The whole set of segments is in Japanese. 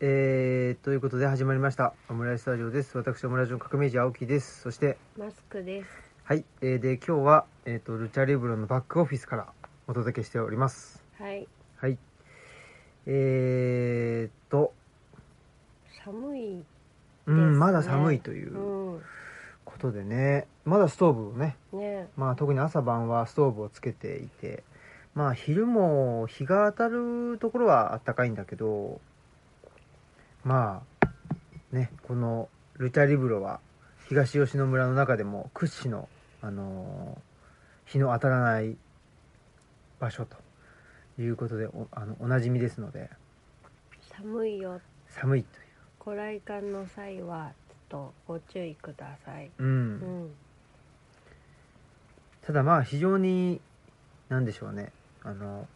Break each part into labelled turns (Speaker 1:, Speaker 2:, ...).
Speaker 1: えー、ということで始まりましたオムライススタジオです私オムライスの革命児青木ですそして
Speaker 2: マスクです。
Speaker 1: はい、えー、で今日は、えー、とルチャリブロのバックオフィスからお届けしております
Speaker 2: はい。
Speaker 1: はいえー、と
Speaker 2: 寒い。
Speaker 1: うん、
Speaker 2: ですね。
Speaker 1: まだ寒いといううんことでねまだストーブをね
Speaker 2: ね。
Speaker 1: まあ特に朝晩はストーブをつけていてまあ昼も日が当たるところはあったかいんだけどまあねこのルチャリブロは東吉野村の中でも屈指の、あのー日の当たらない場所ということでおあのおなじみですので
Speaker 2: 寒いよ。
Speaker 1: 寒いとい
Speaker 2: ご来館の際は、ちょっとご注意ください。
Speaker 1: う、うん
Speaker 2: うん。
Speaker 1: ただまあ非常に何でしょうねあの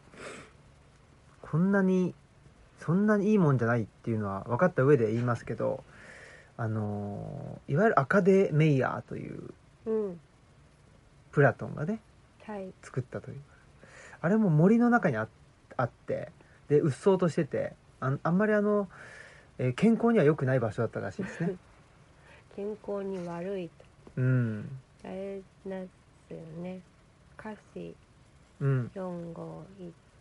Speaker 1: こんなにそんなにいいもんじゃないっていうのは分かった上で言いますけどあのいわゆるアカデメイヤーという
Speaker 2: うん。
Speaker 1: プラトンがね
Speaker 2: はい。
Speaker 1: 作ったというあれも森の中にああってで鬱蒼としててあんあんまりあの、えー健康には良くない場所だったらしいですね
Speaker 2: 健康に悪い。
Speaker 1: うん
Speaker 2: あれなんですよね。歌詞
Speaker 1: うん
Speaker 2: 四五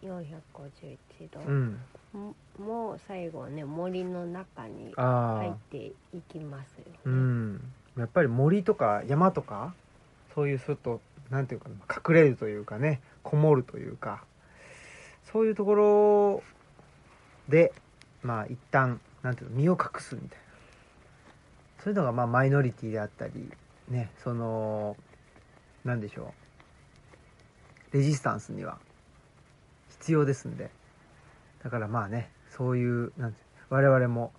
Speaker 2: 四百五十一度
Speaker 1: う。ん
Speaker 2: ももう最後ね、森の中に
Speaker 1: ああ、
Speaker 2: 入っていきますよね。
Speaker 1: うん、やっぱり森とか山とかそういうちょっとなんていうかな隠れるというかねこもるというかそういうところでまあ一旦なんていうの身を隠すみたいなそういうのがまあマイノリティであったりねそのなんでしょうレジスタンスには必要ですんでだからまあねそういうなんて我々も、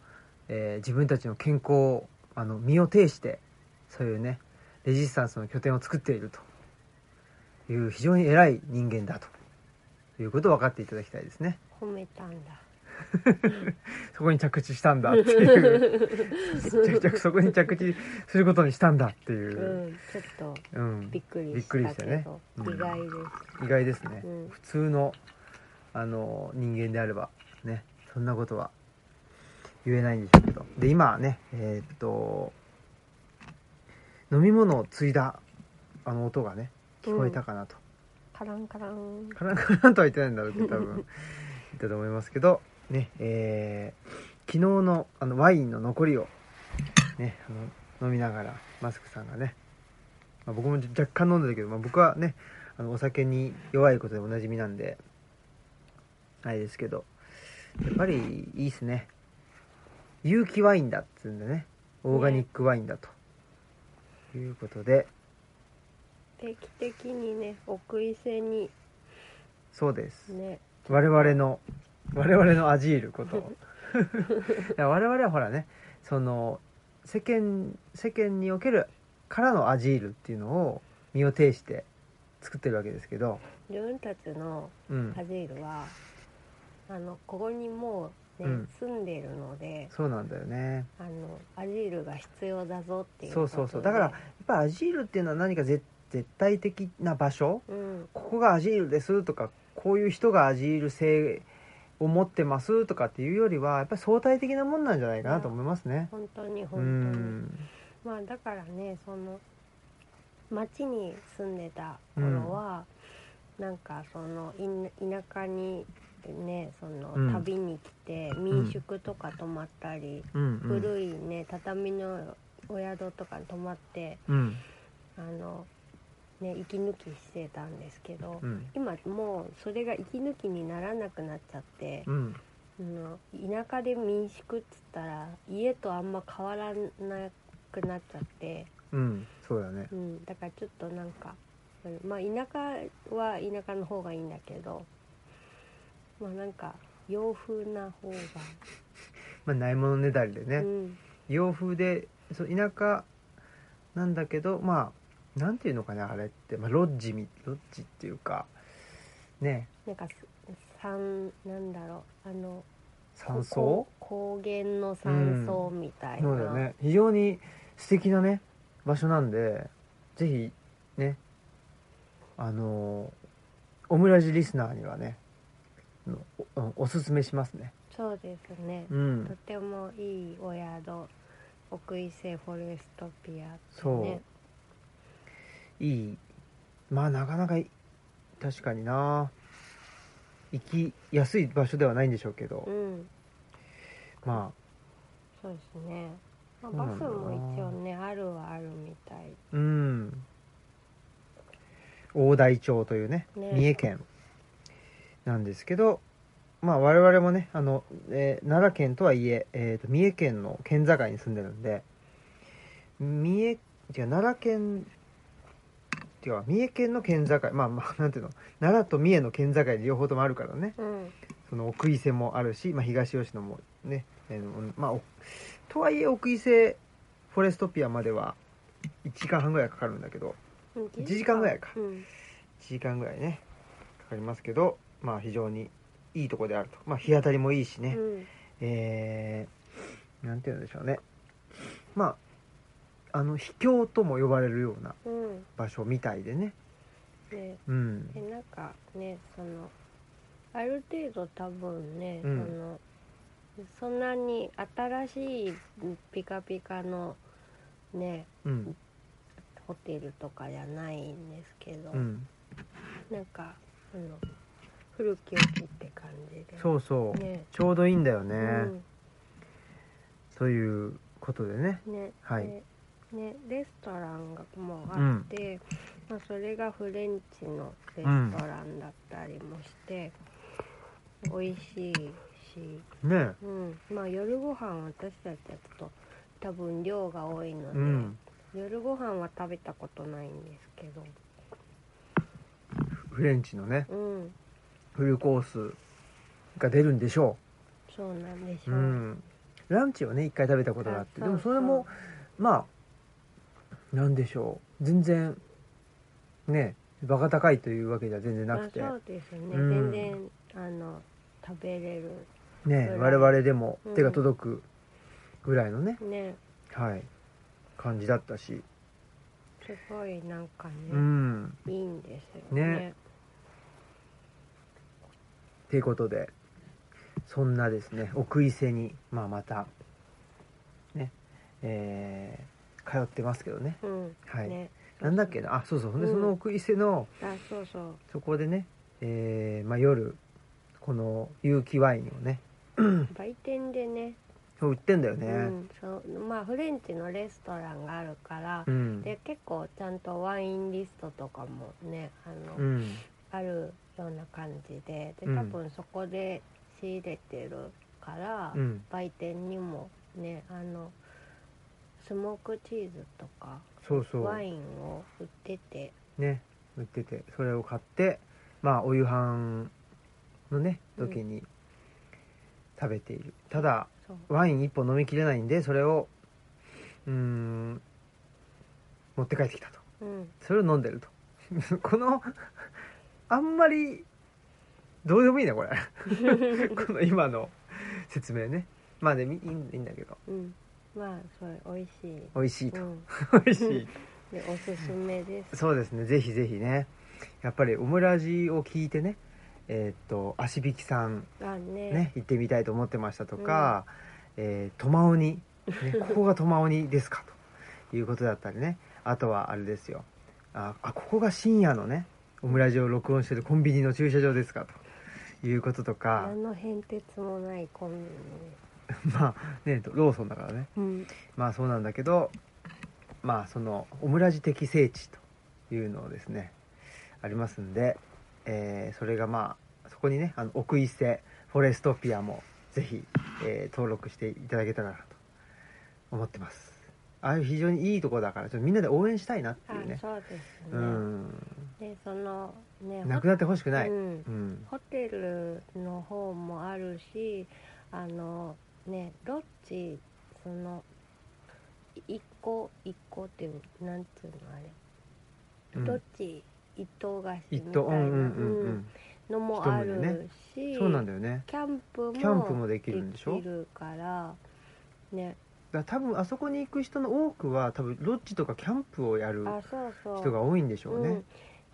Speaker 1: えー自分たちの健康をあの身を挺してそういうねレジスタンスの拠点を作っているという非常に偉い人間だということを分かっていただきたいですね
Speaker 2: 褒めたん だ。
Speaker 1: そこに着地したんだっていう着々そこに着地することにしたんだっていうう、
Speaker 2: ん、ちょっと
Speaker 1: うん
Speaker 2: びっくり
Speaker 1: びっ
Speaker 2: し
Speaker 1: くり
Speaker 2: た
Speaker 1: した
Speaker 2: け
Speaker 1: ね
Speaker 2: ど、
Speaker 1: うん
Speaker 2: 意外です。
Speaker 1: 意外ですね、
Speaker 2: うん
Speaker 1: 普通のあの人間であればねそんなことは言えないんでしょうけどで今ねえーっと飲み物を継いだあの音がね聞こえたかなと、
Speaker 2: カランカラン。
Speaker 1: カランカランとは言ってないんだろうけど多分言ったと思いますけどねえー昨日のあのワインの残りをねあの飲みながらマスクさんがね、まあ、僕も若干飲んだけど、まあ、僕はねあのお酒に弱いことでおなじみなんであれですけどやっぱりいいっすね有機ワインだっつうんでねオーガニックワインだと。いうことで
Speaker 2: 定期的にね、奥伊勢に
Speaker 1: そうです、
Speaker 2: ね、
Speaker 1: 我々の我々のアジール こといや我々はほらねその世間世間におけるからのアジールっていうのを身を挺して作ってるわけですけど、
Speaker 2: 自分たちの
Speaker 1: うん
Speaker 2: ハ、ジールは、あの、ここにもうね、
Speaker 1: うん
Speaker 2: 住んでるので、
Speaker 1: そうなんだよね
Speaker 2: あの、アジールが必要だぞっていう
Speaker 1: そ
Speaker 2: こと
Speaker 1: う
Speaker 2: で。
Speaker 1: そうそうだからやっぱアジールっていうのは何か絶絶対的な場所
Speaker 2: うん、
Speaker 1: ここがアジールですとかこういう人がアジール性を持ってますとかっていうよりはやっぱり相対的なもんなんじゃないかなと思いますね。
Speaker 2: 本当に
Speaker 1: う
Speaker 2: 本当に。
Speaker 1: ん
Speaker 2: まあだからねその町に住んでた頃は、なんかそのいな田舎にねその、
Speaker 1: うん
Speaker 2: 旅に来て民宿とか泊まったり、
Speaker 1: うんうん
Speaker 2: 古いね畳のお宿とかに泊まって
Speaker 1: うん
Speaker 2: あの、ね、息抜きしてたんですけど、
Speaker 1: うん
Speaker 2: 今もうそれが息抜きにならなくなっちゃって
Speaker 1: う、ん
Speaker 2: うん田舎で民宿っつったら家とあんま変わらなくなっちゃって。
Speaker 1: うん、そうだね。
Speaker 2: うん、だからちょっとなんかうんまあ田舎は田舎の方がいいんだけどまあなんか洋風な方が、
Speaker 1: まあ、ないものねだりでね、
Speaker 2: うん、
Speaker 1: 洋風で、そう、田舎なんだけど、まあ、なんていうのかな、あれって、まあ、ロッジみ、ロッジっていうか、ね、
Speaker 2: なんかす山なんだろうあの
Speaker 1: 山荘
Speaker 2: ここ高原の山荘みたいな、
Speaker 1: そうだよね。非常に素敵なね、場所なんで、ぜひ、ね、あのーオムラジリスナーにはね、のおおすすめしますね。
Speaker 2: そうですね、
Speaker 1: うん
Speaker 2: と、てもいいお宿奥伊勢フォレストピアって
Speaker 1: そう
Speaker 2: ね
Speaker 1: いいまあなかなかい確かにな行きやすい場所ではないんでしょうけど
Speaker 2: う、ん
Speaker 1: ま
Speaker 2: そうですね、まあ、
Speaker 1: そうな
Speaker 2: バ
Speaker 1: ん
Speaker 2: ス
Speaker 1: だよな
Speaker 2: も一応ねあるはあるみたい
Speaker 1: あうん大台町というね
Speaker 2: ね
Speaker 1: 三重県なんですけど、まあ我々もねあの、えー奈良県とはいええーと三重県の県境に住んでるんで三重違う奈良県違う三重県の県境まあまあなんていうの奈良と三重の県境で両方ともあるからね
Speaker 2: うん
Speaker 1: その奥伊勢もあるし、まあ、東吉野もね、えーまあ、おとはいえ奥伊勢フォレストピアまでは1時間半ぐらいかかるんだけど
Speaker 2: 1
Speaker 1: 時間ぐらいか
Speaker 2: うん
Speaker 1: 1時間ぐらいねかかりますけど、まあ、非常にいいとこであると、まあ、日当たりもいいしね、
Speaker 2: うん
Speaker 1: えー、なんて言うんでしょうねまああの秘境とも呼ばれるような
Speaker 2: うん
Speaker 1: 場所みたいでね
Speaker 2: で
Speaker 1: うん
Speaker 2: でなんかねそのある程度多分ね、
Speaker 1: うん
Speaker 2: そのそんなに新しいピカピカのね
Speaker 1: うん
Speaker 2: ホテルとかじゃないんですけど、
Speaker 1: うん
Speaker 2: なんかあの古き良きって感じで
Speaker 1: そうそう、
Speaker 2: ね
Speaker 1: ちょうどいいんだよね、
Speaker 2: うん
Speaker 1: ということでね
Speaker 2: ね
Speaker 1: はい
Speaker 2: でね、レストランがもうあって、まあ、それがフレンチのレストランだったりもして、美味しいし、
Speaker 1: ね
Speaker 2: うん、まあ夜ご飯私たちだと多分量が多いので、
Speaker 1: うん
Speaker 2: 夜ご飯は食べたことないんですけど、
Speaker 1: フレンチのね
Speaker 2: うん、
Speaker 1: フルコースが出るんでしょ
Speaker 2: そうなんでし
Speaker 1: う、
Speaker 2: ょ
Speaker 1: う
Speaker 2: う。
Speaker 1: ん、ランチをね一回食べたことがあって
Speaker 2: あ
Speaker 1: でもそれ
Speaker 2: そう
Speaker 1: もまあなんでしょう全然ねバカ高いというわけじゃ全然なくて
Speaker 2: あそうですね、
Speaker 1: うん
Speaker 2: 全然あの食べれる
Speaker 1: ね
Speaker 2: ぐ
Speaker 1: 我
Speaker 2: らい
Speaker 1: 々でも
Speaker 2: うん
Speaker 1: 手が届くぐらいのね、
Speaker 2: ね
Speaker 1: はい感じだったし、
Speaker 2: すごいなんかね、
Speaker 1: うん
Speaker 2: いいんですよ
Speaker 1: ねということでそんなですね奥伊勢に、まあ、またねえー通ってますけどね
Speaker 2: うん、
Speaker 1: はい
Speaker 2: ね、
Speaker 1: なんだっけなあそうそうほんで
Speaker 2: うん
Speaker 1: その奥伊勢の
Speaker 2: あそうそう
Speaker 1: そこでね、えーまあ、夜この有機ワインをね
Speaker 2: 売店でね
Speaker 1: そう売ってんだよ
Speaker 2: う
Speaker 1: ね
Speaker 2: ん、そうまあフレンチのレストランがあるから
Speaker 1: う、ん
Speaker 2: で結構ちゃんとワインリストとかもねあの、
Speaker 1: うん
Speaker 2: あるような感じでで
Speaker 1: うん
Speaker 2: 多分そこで仕入れてるから、
Speaker 1: うん
Speaker 2: 売店にもねあのスモークチーズとか
Speaker 1: そうそ
Speaker 2: ワ
Speaker 1: う
Speaker 2: インを売ってて
Speaker 1: ね売っててそれを買ってまあお夕飯のね
Speaker 2: うん
Speaker 1: 時に食べているただ
Speaker 2: そう
Speaker 1: ワイン一本飲みきれないんでそれをうーん持って帰ってきたと
Speaker 2: うん
Speaker 1: それを飲んでると このあんまりどうでもいいねこれこの今の説明ねまあでもいいいいんだけど
Speaker 2: うんまあそれ美味しい、
Speaker 1: 美味しいうと
Speaker 2: ん、
Speaker 1: 美味しい
Speaker 2: でおすすめです
Speaker 1: そうですねぜひぜひねやっぱりオムラジを聞いてねえーっと足引きさん
Speaker 2: あね
Speaker 1: ね行ってみたいと思ってましたとか、えートマオニ、ね、 ここがトマオニですかということだったりねあとはあれですよああここが深夜のねオムラジを録音してるコンビニの駐車場ですかということとか
Speaker 2: 何の変哲もないコンビニです
Speaker 1: まあねローソンだからね
Speaker 2: うん
Speaker 1: まあそうなんだけどまあそのオムラジ的聖地というのをですねありますんで、えーそれがまあそこにねあの奥伊勢フォレストピアもぜひ、えー登録していただけたらなと思ってますああいう非常にいいとこだからちょっとみんなで応援したいなって
Speaker 2: あ
Speaker 1: いうね
Speaker 2: そうですね、
Speaker 1: うん
Speaker 2: でそのね
Speaker 1: なくなってほしくない、う
Speaker 2: うんん、ホテルの方もあるしあのねロッジそのい一個一個っていうなんていうのあれ、
Speaker 1: うん
Speaker 2: ロッジ一棟貸しみ
Speaker 1: 一
Speaker 2: たいな
Speaker 1: 等うんうんうん
Speaker 2: う
Speaker 1: うんん
Speaker 2: のもあるし、
Speaker 1: そうなんだよね
Speaker 2: キャンプも
Speaker 1: キャンプもできるんでしょ
Speaker 2: きるからね
Speaker 1: だから多分あそこに行く人の多くは多分ロッジとかキャンプをやる
Speaker 2: あそうそう
Speaker 1: 人が多いんでしょうね、
Speaker 2: うん、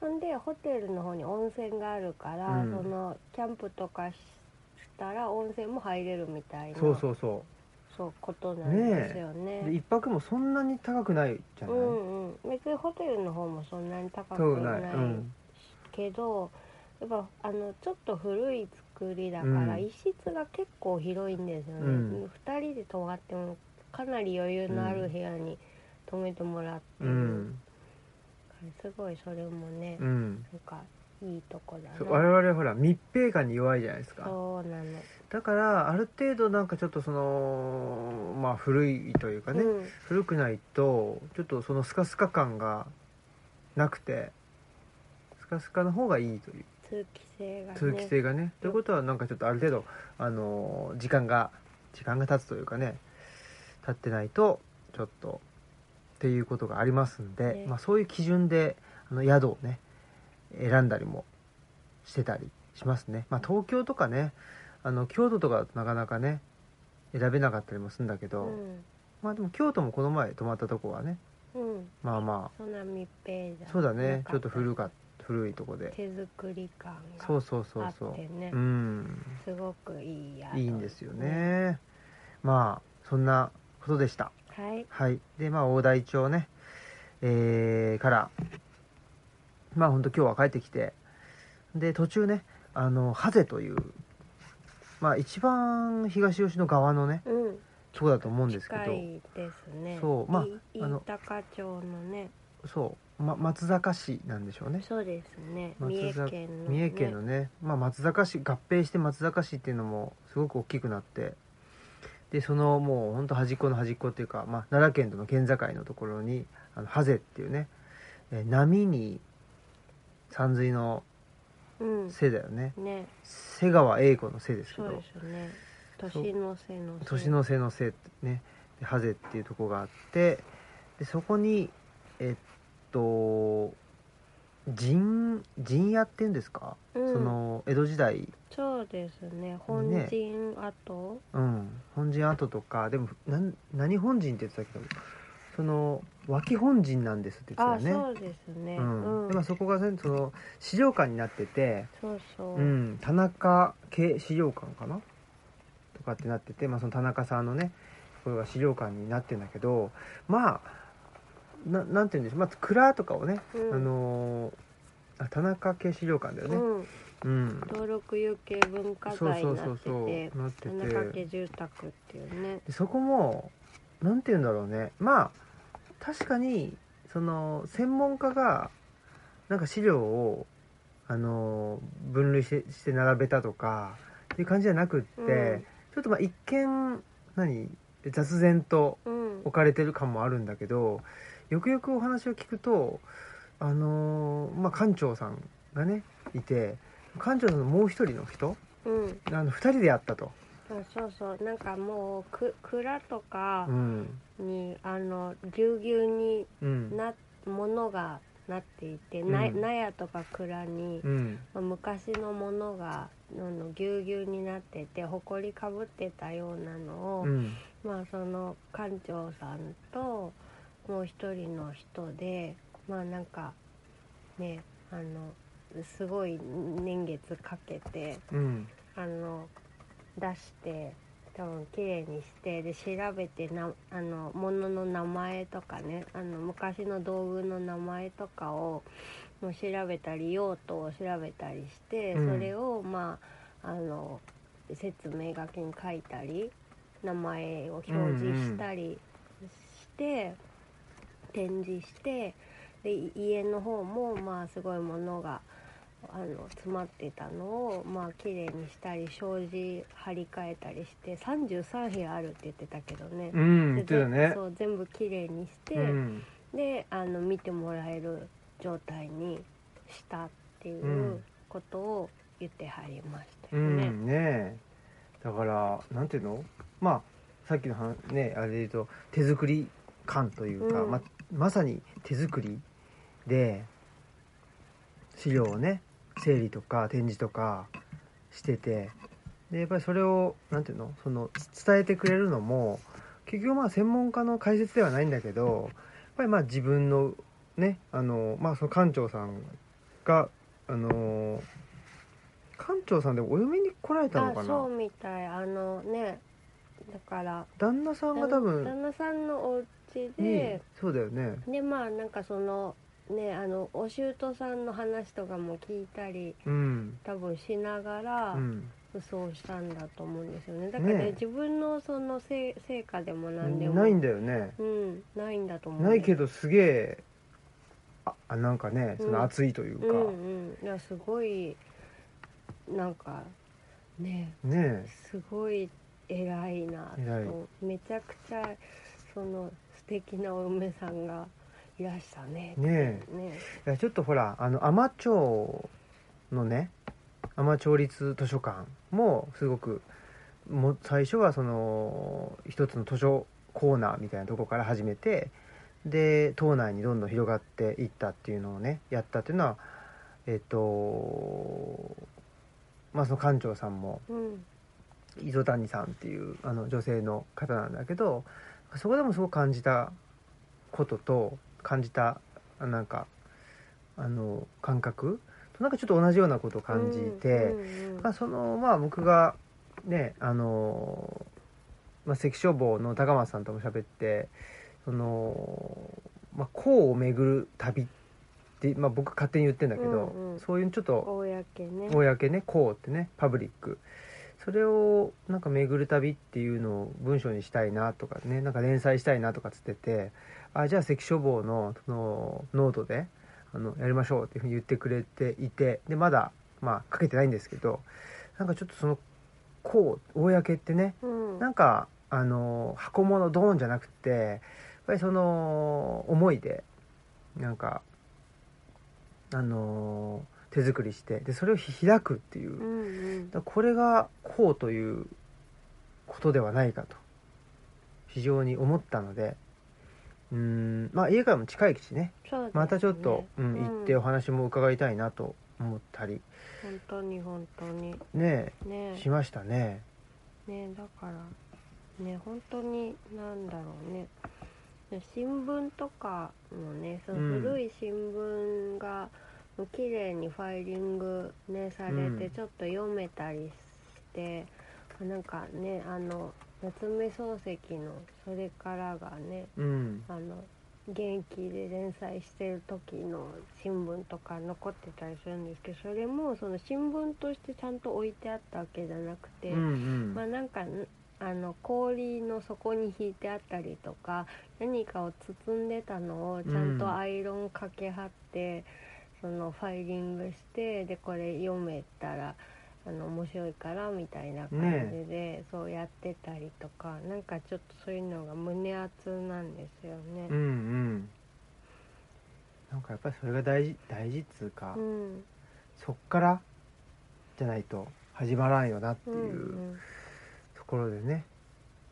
Speaker 2: ほんでホテルの方に温泉があるから、
Speaker 1: うん
Speaker 2: そのキャンプとかしたら温泉も入れるみたいな
Speaker 1: そうそうそ
Speaker 2: そうことなんですよね
Speaker 1: うで一泊もそんなに高くないじゃ
Speaker 2: う
Speaker 1: ない、
Speaker 2: んうん別にホテルの方もそんなに高
Speaker 1: 高
Speaker 2: く
Speaker 1: くない
Speaker 2: な
Speaker 1: い、うん、
Speaker 2: けどやっぱあのちょっと古い作りだから、
Speaker 1: うん
Speaker 2: 一室が結構広いんですよね、
Speaker 1: うん
Speaker 2: 2人で泊まってもかなり余裕のある部屋に泊めてもらって
Speaker 1: う
Speaker 2: る、
Speaker 1: ん、
Speaker 2: すごいそれもね、
Speaker 1: うん、
Speaker 2: なんかいいとこだな
Speaker 1: そう我々はほら密閉感に弱いじゃないですか
Speaker 2: そうなの、
Speaker 1: だからある程度なんかちょっとそのまあ古いというかね、
Speaker 2: うん
Speaker 1: 古くないとちょっとそのスカスカ感がなくてスカスカの方がいいという
Speaker 2: 通気性がね
Speaker 1: 通気性がねということはなんかちょっとある程度あの時間が時間が経つというかね経ってないとちょっとっていうことがありますんで、
Speaker 2: ね
Speaker 1: まあ、そういう基準であの宿をね選んだりもしてたりしますね、まあ、東京とかねあの京都とかなかなかね選べなかったりもするんだけ
Speaker 2: う
Speaker 1: ど、
Speaker 2: ん、
Speaker 1: まあでも京都もこの前泊まったとこはね
Speaker 2: うん、
Speaker 1: まあま
Speaker 2: そんな密閉じゃ
Speaker 1: あそうだね
Speaker 2: な
Speaker 1: ちょっと古
Speaker 2: か
Speaker 1: か古いとこで
Speaker 2: た手作り感が
Speaker 1: そうそうそう
Speaker 2: あって
Speaker 1: そう
Speaker 2: ね
Speaker 1: うん
Speaker 2: すごくいい宿
Speaker 1: いいんですよねまあそんなことでした
Speaker 2: はい
Speaker 1: はいでまあ大台町ねえーからまあほんと今日は帰ってきてで途中ねあのハゼというまあ一番東吉野側のね
Speaker 2: うん
Speaker 1: とこだと思うんですけ
Speaker 2: 近
Speaker 1: ど
Speaker 2: いですね
Speaker 1: そうまあ
Speaker 2: い
Speaker 1: あの
Speaker 2: 飯高町のね
Speaker 1: そう、ま、松坂市なんでしょうね
Speaker 2: そうですね三重
Speaker 1: 松坂
Speaker 2: 県の、ね、
Speaker 1: 三重県のね、まあ、松坂市合併して松坂市っていうのもすごく大きくなってでそのもうほんと端っこの端っこっていうか、まあ、奈良県との県境のところにあのハゼっていうね、えー波に山水の
Speaker 2: う
Speaker 1: 瀬だよね
Speaker 2: んね
Speaker 1: 瀬川栄子の瀬ですけ
Speaker 2: そう
Speaker 1: ど
Speaker 2: ですね
Speaker 1: そう
Speaker 2: 年の瀬の瀬
Speaker 1: 年の瀬の瀬ってねでハゼっていうとこがあってでそこにえっと陣陣屋っていうんですか、
Speaker 2: うん
Speaker 1: その江戸時代
Speaker 2: そうですね本陣跡、
Speaker 1: うん、本陣跡とかでもなん何本陣って言ってたけどその脇本陣なんですって言
Speaker 2: あ
Speaker 1: ってたよね
Speaker 2: そうですね
Speaker 1: う
Speaker 2: うん、
Speaker 1: んでまあそこが、ね、その資料館になってて、
Speaker 2: そうそう、
Speaker 1: うん、田中系資料館かなとかってなってて、まあ、その田中さんのねところが資料館になってんだけどまあななんて言うんでしょう、まあ、蔵とかをね、
Speaker 2: うん
Speaker 1: あのーあ田中系資料館だよ
Speaker 2: う
Speaker 1: ね、
Speaker 2: ん、
Speaker 1: うん、
Speaker 2: 登録有形文化
Speaker 1: そう
Speaker 2: 財
Speaker 1: そ
Speaker 2: に
Speaker 1: う
Speaker 2: な
Speaker 1: そ
Speaker 2: っ
Speaker 1: う
Speaker 2: て
Speaker 1: そう
Speaker 2: て
Speaker 1: なってて
Speaker 2: 田中家住宅っていうね
Speaker 1: でそこもなんて言うんだろうねまあ確かにその専門家がなんか資料をあの分類してして並べたとかっていう感じじゃなくって、
Speaker 2: うん
Speaker 1: ちょっとまあ一見何雑然と
Speaker 2: うん
Speaker 1: 置かれてる感もあるんだけどよくよくお話を聞くとあのまあ館長さんがねいて館長さんのもう一人の人
Speaker 2: うん
Speaker 1: あの二人でやったと。
Speaker 2: あそうそうなんかもうく蔵とか
Speaker 1: うん
Speaker 2: に、あのぎゅうぎゅうに
Speaker 1: うん
Speaker 2: なものがなっていて、
Speaker 1: うん
Speaker 2: な納屋とか蔵に、
Speaker 1: うん
Speaker 2: まあ昔のものがあのぎゅうぎゅうになっててほこりかぶってたようなのを、
Speaker 1: うん
Speaker 2: まあその館長さんともう一人の人でまあなんかねあのすごい年月かけて
Speaker 1: うん
Speaker 2: あの出して多分綺麗にしてで調べてなあの物の名前とかねあの昔の道具の名前とかをもう調べたり用途を調べたりして、
Speaker 1: うん
Speaker 2: それをまああの説明書きに書いたり名前を表示したりして、展示してでい家の方もまあすごいものがあの詰まってたのをまあ綺麗にしたり障子張り替えたりして33部屋あるって言ってたけどね
Speaker 1: う、ん、
Speaker 2: で
Speaker 1: 言ってたね。
Speaker 2: そう全部綺麗にして、
Speaker 1: うん、
Speaker 2: であの見てもらえる状態にしたっていううんことを言ってはりました
Speaker 1: う
Speaker 2: よね。
Speaker 1: ん、ねえだから、なんていうの、まあ、さっきのは、ね、あれで言うと、手作り感というか、
Speaker 2: うん
Speaker 1: ままさに手作りで。資料をね、整理とか展示とかしてて。で、やっぱりそれを、なんていうの、そのつ伝えてくれるのも。結局まあ専門家の解説ではないんだけどやっぱりまあ自分のねあのまあその館長さんがあのー館長さんでもお嫁に来られたの
Speaker 2: あ
Speaker 1: か
Speaker 2: そう
Speaker 1: な
Speaker 2: みたいあのねだから
Speaker 1: 旦那さんが多分
Speaker 2: 旦那さんのお家
Speaker 1: に
Speaker 2: で、
Speaker 1: そうだよね
Speaker 2: でまあなんかそのねあのお舅さんの話とかも聞いたり
Speaker 1: うん
Speaker 2: 多分しなが
Speaker 1: う
Speaker 2: ら
Speaker 1: ん
Speaker 2: 武装したんだと思うんですよねだからね
Speaker 1: ねえ
Speaker 2: 自分のその成成果でも何でも
Speaker 1: ないんだよね
Speaker 2: うん、ないんだと思う
Speaker 1: ないけ
Speaker 2: ど
Speaker 1: どすげえああなんかねそ
Speaker 2: うん
Speaker 1: の熱いという
Speaker 2: うん
Speaker 1: か、
Speaker 2: うんいやすごいなんかね
Speaker 1: ね
Speaker 2: すごい偉いな
Speaker 1: 偉い
Speaker 2: とめちゃくちゃその素敵なお嫁さんがいらしたね
Speaker 1: えね
Speaker 2: ね
Speaker 1: えいやちょっとほらあの海士町のね海士町立図書館もすごくもう最初はその一つの図書コーナーみたいなとこから始めてで島内にどんどん広がっていったっていうのをねやったっていうのはえっとまあその館長さんも
Speaker 2: うん
Speaker 1: 磯谷さんっていうあの女性の方なんだけどそこでもすごく感じたことと感じたあなんかあの感覚となんかちょっと同じようなことを感じて、
Speaker 2: うんうん
Speaker 1: まあ、そのまあ僕がねあの、まあ、関消防の高松さんとも喋ってその、まあ、公を巡る旅って、まあ、僕勝手に言ってんだけど、
Speaker 2: うんうん
Speaker 1: そういうちょっと
Speaker 2: 公ね
Speaker 1: 公ね公ってねパブリックそれをなんか巡る旅っていうのを文章にしたいなとかねなんか連載したいなとかつっててあじゃあ関書房のそのノートであのやりましょうっていうふうに言ってくれていてでまだまあ書けてないんですけどなんかちょっとその公公ってね
Speaker 2: うん
Speaker 1: なんかあの箱物ドーンじゃなくてやっぱりその思いでなんかあの手作りしてでそれを開くっていう
Speaker 2: う
Speaker 1: だか
Speaker 2: んうん
Speaker 1: らこれがこうということではないかと非常に思ったのでうーんまあ家からも近いしね
Speaker 2: そうですね
Speaker 1: またちょっと、うん、行って
Speaker 2: う
Speaker 1: お
Speaker 2: ん
Speaker 1: 話も伺いたいなと思ったり
Speaker 2: 本当に本当に
Speaker 1: ね
Speaker 2: ね
Speaker 1: しましたね。
Speaker 2: ねだからね本当になんだろうね新聞とかもねその
Speaker 1: うん
Speaker 2: 古い新聞がもう綺麗にファイリング、ね、され
Speaker 1: う
Speaker 2: て
Speaker 1: ん
Speaker 2: ちょっと読めたりして、なんかねあの夏目漱石の「それから」がね
Speaker 1: うん
Speaker 2: あの現役で連載してる時の新聞とか残ってたりするんですけどそれもその新聞としてちゃんと置いてあったわけじゃなくて。
Speaker 1: うんうん
Speaker 2: まあなんかんあの氷の底に引いてあったりとか何かを包んでたのをちゃん
Speaker 1: うん
Speaker 2: とアイロンかけはって、そのファイリングしてでこれ読めたらあの面白いからみたいな感じで、そうやってたりとかなんかちょっとそういうのが胸熱なんですよね
Speaker 1: うんう。んなんかやっぱりそれが大事大事っつうか、
Speaker 2: うん
Speaker 1: そっからじゃないと始まらんよなって
Speaker 2: う
Speaker 1: い
Speaker 2: ん
Speaker 1: うところでね、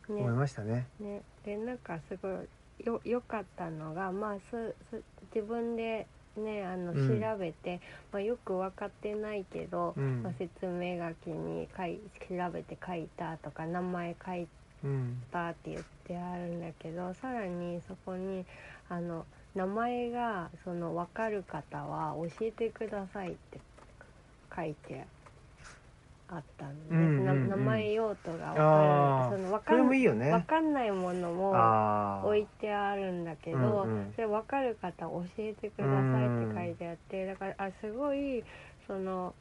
Speaker 2: うん
Speaker 1: 思い
Speaker 2: ね
Speaker 1: ましたね。
Speaker 2: ね、でなんかすごいよ良かったのが、まあ、すす自分で、ね、あの
Speaker 1: うん
Speaker 2: 調べて、まあ、よく分かってないけど、
Speaker 1: うん
Speaker 2: まあ、説明書きに書い調べて書いたとか名前書い
Speaker 1: うん
Speaker 2: たって言ってあるんだけどさらにそこにあの名前がその分かる方は教えてくださいって書いてあったの
Speaker 1: う
Speaker 2: で、
Speaker 1: んうんうん
Speaker 2: な名前用途が分
Speaker 1: あー
Speaker 2: かるその分
Speaker 1: そ
Speaker 2: か
Speaker 1: れ
Speaker 2: ん
Speaker 1: もいいよ
Speaker 2: わ
Speaker 1: ね。
Speaker 2: かんないものも
Speaker 1: ああ
Speaker 2: 置いてあるんだけど、
Speaker 1: うんうん
Speaker 2: それ分かる方教えてくださいって書いてあってだからあすごいその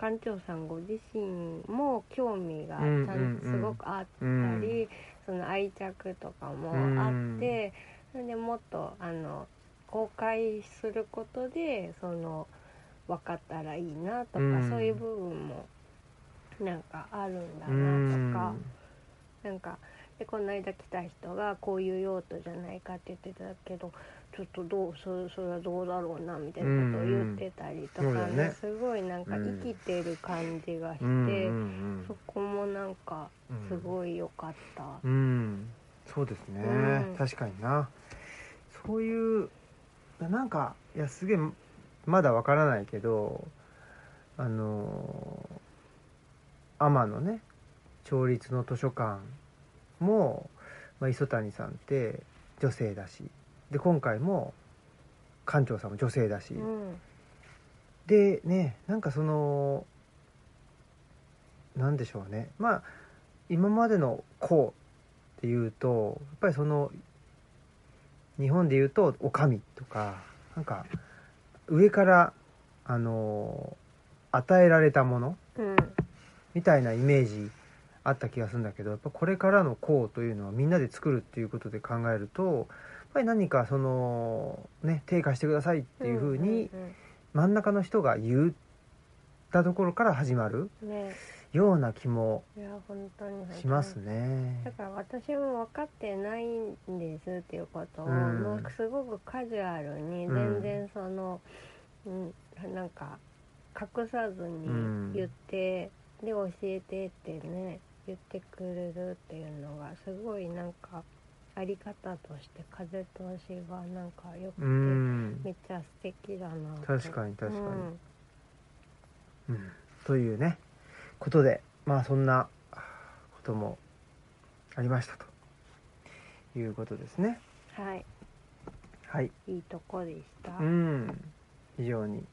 Speaker 2: 館長さんご自身も興味がちゃ
Speaker 1: うんうん
Speaker 2: ん
Speaker 1: う
Speaker 2: と
Speaker 1: ん
Speaker 2: すごくあった
Speaker 1: う
Speaker 2: り、
Speaker 1: ん
Speaker 2: その愛着とかもあって、それでもっとあの公開することでその分かったらいいな
Speaker 1: う
Speaker 2: とか、
Speaker 1: ん
Speaker 2: そういう部分もなんかあるんだ
Speaker 1: う
Speaker 2: なとか。
Speaker 1: ん
Speaker 2: なんかでこの間来た人がこういう用途じゃないかって言ってたけどちょっとどうそそれはどうだろうなみたいなことを言ってたりとか、
Speaker 1: うんうんそうだね
Speaker 2: すごいなんか
Speaker 1: うん
Speaker 2: 生きてる感じがして、
Speaker 1: うんうん
Speaker 2: そこもなんか
Speaker 1: うん
Speaker 2: すごい良かった。
Speaker 1: うん、そうですね、
Speaker 2: うん
Speaker 1: 確かになそういうなんかいやすげえまだわからないけどあのー天野ね町立の図書館も、まあ、磯谷さんって女性だしで今回も館長さんも女性だし、
Speaker 2: うん
Speaker 1: でねなんかそのなんでしょうねまあ今までのこうっていうとやっぱりその日本で言うとお上とかなんか上からあの与えられたもの
Speaker 2: うん
Speaker 1: みたいなイメージあった気がするんだけどやっぱこれからのこうというのはみんなで作るっていうことで考えるとやっぱり何かそのね定価してくださいっていうふうに
Speaker 2: んうん
Speaker 1: 真ん中の人が言ったところから始まる
Speaker 2: うんね
Speaker 1: ような気も
Speaker 2: いや本当に本当に
Speaker 1: しますね
Speaker 2: だ。から私も分かってないんですっていうことを、
Speaker 1: うん
Speaker 2: もうすごくカジュアルに
Speaker 1: うん
Speaker 2: 全然その、うんなんか隠さず
Speaker 1: うん
Speaker 2: に言って、で教えてってね言ってくれるっていうのがすごいなんかあり方として風通しがなんかよく
Speaker 1: う
Speaker 2: て、
Speaker 1: ん
Speaker 2: めっちゃ素敵だなと
Speaker 1: 確かに確かに、
Speaker 2: うん
Speaker 1: うんというねことでまあそんなこともありましたということですね。
Speaker 2: はい
Speaker 1: はい
Speaker 2: いいとこでした、
Speaker 1: うん非常に、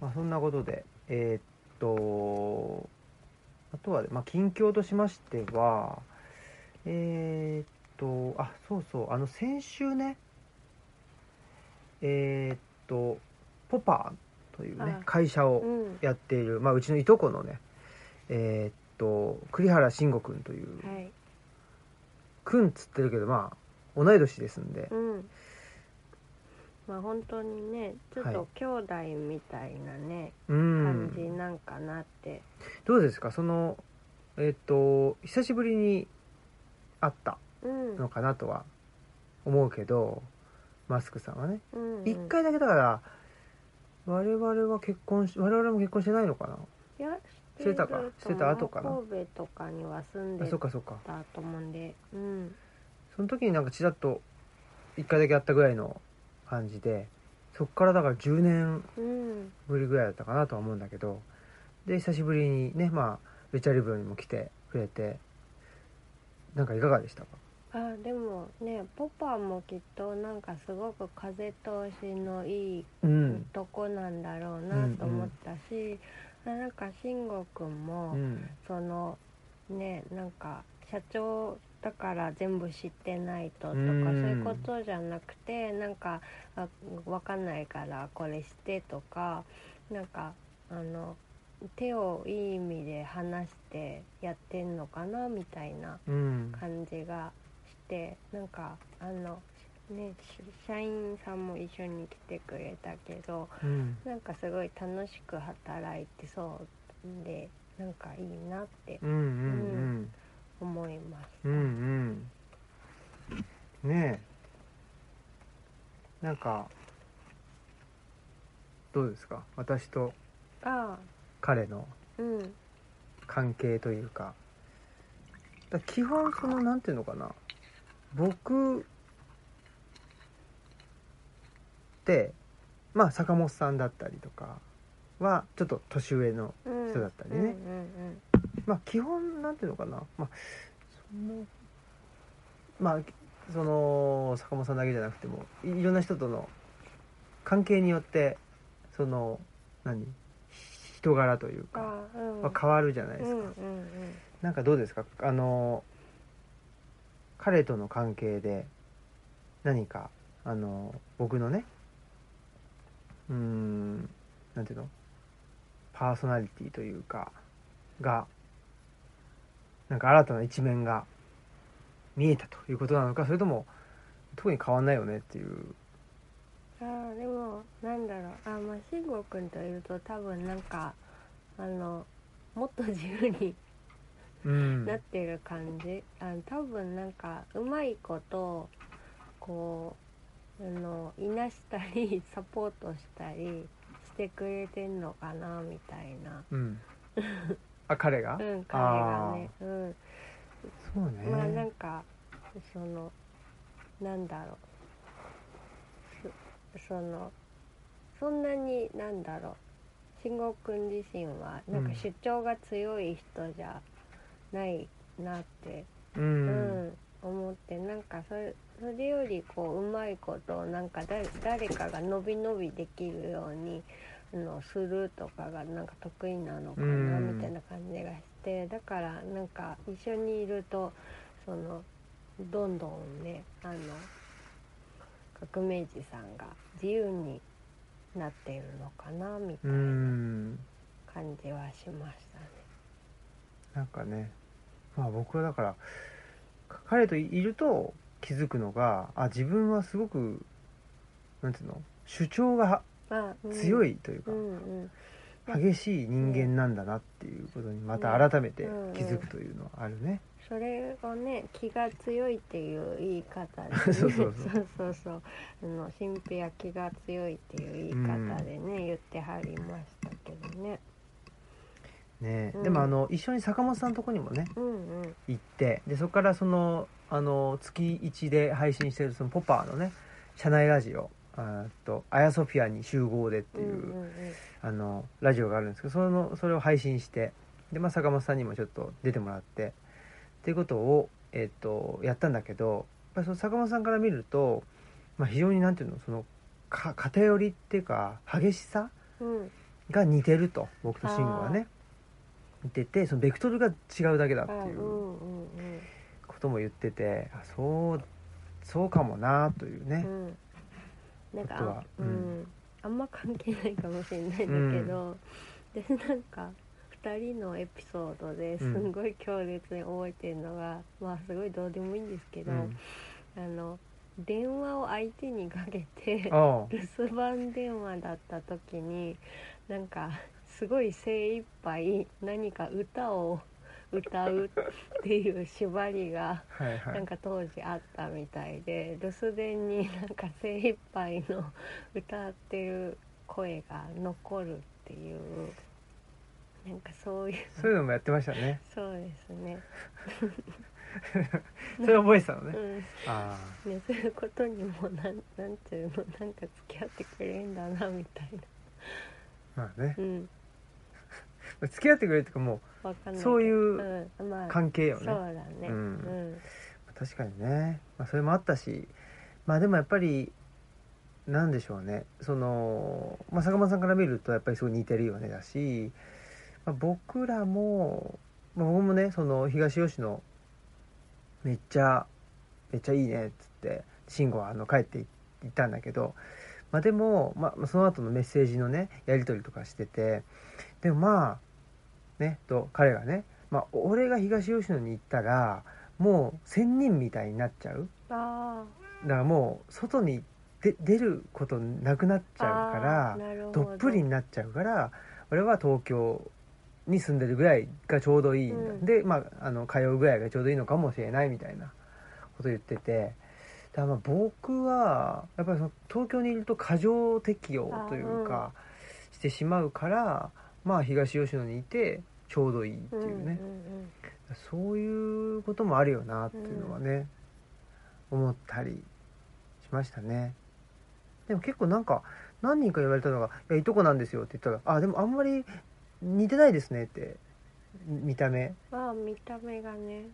Speaker 1: まあ、そんなことでえーっとあとは、まあ、近況としましてはえーっとあそうそうあの先週ねえーっとポパーというね、
Speaker 2: はい
Speaker 1: 会社を
Speaker 2: うん
Speaker 1: やっている、まあ、うちのいとこのねえーっと栗原慎吾くんという、
Speaker 2: はい
Speaker 1: くんっつってるけどまあ同い年ですんで
Speaker 2: うん。まあ本当にね、ちょっ
Speaker 1: は
Speaker 2: と兄弟みたいなね、
Speaker 1: うん
Speaker 2: 感じなんかなって。
Speaker 1: どうですかそのえっ、と久しぶりに会った
Speaker 2: うん。
Speaker 1: のかなとは思うけどマスクさんはね
Speaker 2: うんうん
Speaker 1: 一、回だけだから我々は結婚し我々も結婚してないのかない
Speaker 2: や、
Speaker 1: してたかしてた後かな
Speaker 2: もう神戸とかには住ん
Speaker 1: あ
Speaker 2: で
Speaker 1: そっかそっか
Speaker 2: たと思うんで。うん。
Speaker 1: その時になんかちらっと一回だけ会ったぐらいの感じでそっからだから10年
Speaker 2: うん。
Speaker 1: ぶりぐらいだったかなとは思うんだけどで久しぶりにねまあルチャリブロにも来てくれてなんかいかがでしたか
Speaker 2: あ、でもね、ポパもきっとなんかすごく風通しのいい
Speaker 1: うん
Speaker 2: とこなんだろうなと思ったし、なんか慎吾くんも、
Speaker 1: うん
Speaker 2: そのねなんか社長だから全部知ってないととかそう
Speaker 1: うん
Speaker 2: いうことじゃなくてなんかあわかんないからこれしてとかなんかあの手をいい意味で離してやってんのかなみたいな
Speaker 1: うん
Speaker 2: 感じがしてなんかあのねし社員さんも一緒に来てくれたけど
Speaker 1: うん
Speaker 2: なんかすごい楽しく働いてそうでなんかいいなって
Speaker 1: うんうん
Speaker 2: 思いま
Speaker 1: う
Speaker 2: す。
Speaker 1: んうんうんねえなんかどうですか私と
Speaker 2: ああ、
Speaker 1: 彼の
Speaker 2: うん、
Speaker 1: 関係というかだ基本そのなんていうのかな僕ってまあ坂本さんだったりとかはちょっと年上の
Speaker 2: うん、
Speaker 1: 人だったりね
Speaker 2: うんうん
Speaker 1: まあ基本なんていうのかな、まあ、そのまあその坂本さんだけじゃなくてもいいろんな人との関係によってその何人柄という
Speaker 2: うん、
Speaker 1: か
Speaker 2: ああ、うん、
Speaker 1: は変わるじゃないで
Speaker 2: う
Speaker 1: す
Speaker 2: ん
Speaker 1: か、
Speaker 2: うんうん、
Speaker 1: なんかどうですかあの彼との関係で何かあの僕のねうーんなんていうのパーソナリティというかがなんか新たな一面が見えたということなのかそれとも特に変わんないよねっていう
Speaker 2: ああでもなんだろうああまあ慎吾君といると多分なんかあのもっと自由に
Speaker 1: うん
Speaker 2: なってる感じ、あの多分なんかうまいことこうあのいなしたりサポートしたりしてくれてんのかなみたいな、
Speaker 1: うん、あ彼が、
Speaker 2: うん、彼がね、うん。
Speaker 1: そうね、
Speaker 2: まあなんかそのなんだろうそそのそんなになんだろう慎吾君自身はな
Speaker 1: う
Speaker 2: んか
Speaker 1: ん
Speaker 2: 主張が強い人じゃないなって、
Speaker 1: う
Speaker 2: うん
Speaker 1: ん
Speaker 2: 思ってなんかそれそれよりこううまいことをなんかだ誰かが伸び伸びできるようにのするとかがなんか得意なのか
Speaker 1: う
Speaker 2: なんみたいな感じがしてだからなんか一緒にいるとそのどんどんねあの革命児さんが自由になっているのかなみた
Speaker 1: う
Speaker 2: いなん感じはしましたね。
Speaker 1: なんかねまあ僕はだからか彼といると気づくのがあ自分はすごくなんていうの主張が
Speaker 2: まあうん
Speaker 1: 強いというか
Speaker 2: う、んうんうん
Speaker 1: 激しい人間なんだなっていうことにまた改めて
Speaker 2: うん
Speaker 1: 気づくというのはあるね。
Speaker 2: それをね気が強いっていう言い方で、ね、
Speaker 1: そうそうそう
Speaker 2: そうそうそうあの神秘は気が強いっていう言い方でね、言ってはりましたけどね
Speaker 1: ね
Speaker 2: うん
Speaker 1: でもあの一緒に坂本さんのとこにもね
Speaker 2: うんうん
Speaker 1: 行ってでそこからそのあの月1で配信してるそのポパーのね社内ラジオ「あーっとアヤソフィアに集合で」って
Speaker 2: うんう
Speaker 1: い
Speaker 2: ん
Speaker 1: う、
Speaker 2: うん
Speaker 1: あのラジオがあるんですけどそのそれを配信してで、まあ、坂本さんにもちょっと出てもらってっていうことを、えっとやったんだけどやっぱりその坂本さんから見ると、まあ、非常になんていうのそのか偏りっていうか激しさ
Speaker 2: うん
Speaker 1: が似てると僕と慎吾はね似ててそのベクトルが違うだけだって
Speaker 2: あう
Speaker 1: い
Speaker 2: ん
Speaker 1: う
Speaker 2: うんうん
Speaker 1: ことも言っててあそうそうかもなというね
Speaker 2: う。んなんか
Speaker 1: あとは
Speaker 2: あ
Speaker 1: う
Speaker 2: うんん、あんま関係ないかもしれないんだけど、でなんか2人のエピソードですんごい強烈に覚えてるのが、まあすごいどうでもいいんですけ
Speaker 1: う
Speaker 2: ど、
Speaker 1: ん、
Speaker 2: あの電話を相手にかけて
Speaker 1: あ
Speaker 2: 留守番電話だった時になんかすごい精一杯何か歌を歌うっていう縛りが
Speaker 1: あはいは
Speaker 2: なん
Speaker 1: い。
Speaker 2: か当時あったみたいで留守電になんか精一杯の歌ってる声が残るっていうなんかそういう
Speaker 1: そういうのもやってました ね。
Speaker 2: そうですね。
Speaker 1: それ覚えてたのね。
Speaker 2: うん
Speaker 1: ああ。
Speaker 2: ね、そういうことにもなんなんていうのなんか付き合ってくれんだなみたいな
Speaker 1: まあね
Speaker 2: う。ん
Speaker 1: 付き合ってくれるっていうかも
Speaker 2: わかんないけ
Speaker 1: う
Speaker 2: ど
Speaker 1: そういううん
Speaker 2: まあ
Speaker 1: 関係よ
Speaker 2: そう
Speaker 1: ね、
Speaker 2: だね
Speaker 1: う
Speaker 2: うんん、
Speaker 1: 確かにね、まあ、それもあったしまあでもやっぱりなんでしょうねその、まあ、坂本さんから見るとやっぱりすごい似てるよねだし、まあ、僕らも、まあ、僕もねその東吉野めっちゃめっちゃいいねっつって慎吾はあの帰っていったんだけど、まあ、でも、まあまあ、その後のメッセージのねやり取りとかしててでもまあねと彼がね、まあ、俺が東吉野に行ったらもう仙人みたいになっちゃう
Speaker 2: あ
Speaker 1: だからもう外に出出ることなくなっ
Speaker 2: ー
Speaker 1: ちゃうか
Speaker 2: あ
Speaker 1: ら
Speaker 2: ーなるほ
Speaker 1: どっぷりになっちゃうから俺は東京に住んでるぐらいがちょうどいいんだ、
Speaker 2: うん
Speaker 1: で、まあ、あの通うぐらいがちょうどいいのかもしれないみたいなこと言っててだからまあ僕はやっぱりその東京にいると過剰適応というか、してしまうからまあ東吉野にいてちょうどいいっていうね。
Speaker 2: うんうん
Speaker 1: そういうこともあるよなっていうのはね、思ったりしましたねでも結構なんか何人か言われたのが「いやいとこなんですよ」って言ったら「あでもあんまり似てないですね」って見た目
Speaker 2: うん、まあ見た目がね
Speaker 1: ね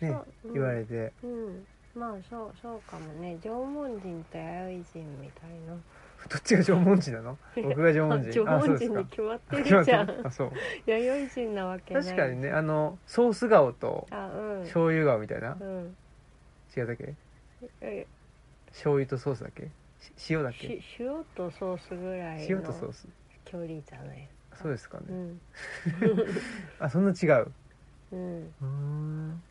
Speaker 2: そううん
Speaker 1: 言われて
Speaker 2: うんまあそうそうかもね縄文人と弥生人みたいな
Speaker 1: どっちが縄文人なの僕が縄
Speaker 2: あ
Speaker 1: 文人
Speaker 2: 縄
Speaker 1: あそう
Speaker 2: 文
Speaker 1: です
Speaker 2: 人
Speaker 1: か
Speaker 2: に決まってるじゃん
Speaker 1: あそう
Speaker 2: 弥生人なわけない
Speaker 1: 確かにねあのソース顔と
Speaker 2: あうん
Speaker 1: 醤油顔みたいな
Speaker 2: うん
Speaker 1: 違うだっけ
Speaker 2: え
Speaker 1: 醤油とソースだっけし塩だっけ
Speaker 2: し塩とソースぐらい
Speaker 1: 塩と
Speaker 2: の
Speaker 1: ソース
Speaker 2: 距離じゃない
Speaker 1: そうですかね、
Speaker 2: うん
Speaker 1: あそんな違う
Speaker 2: うん
Speaker 1: うーん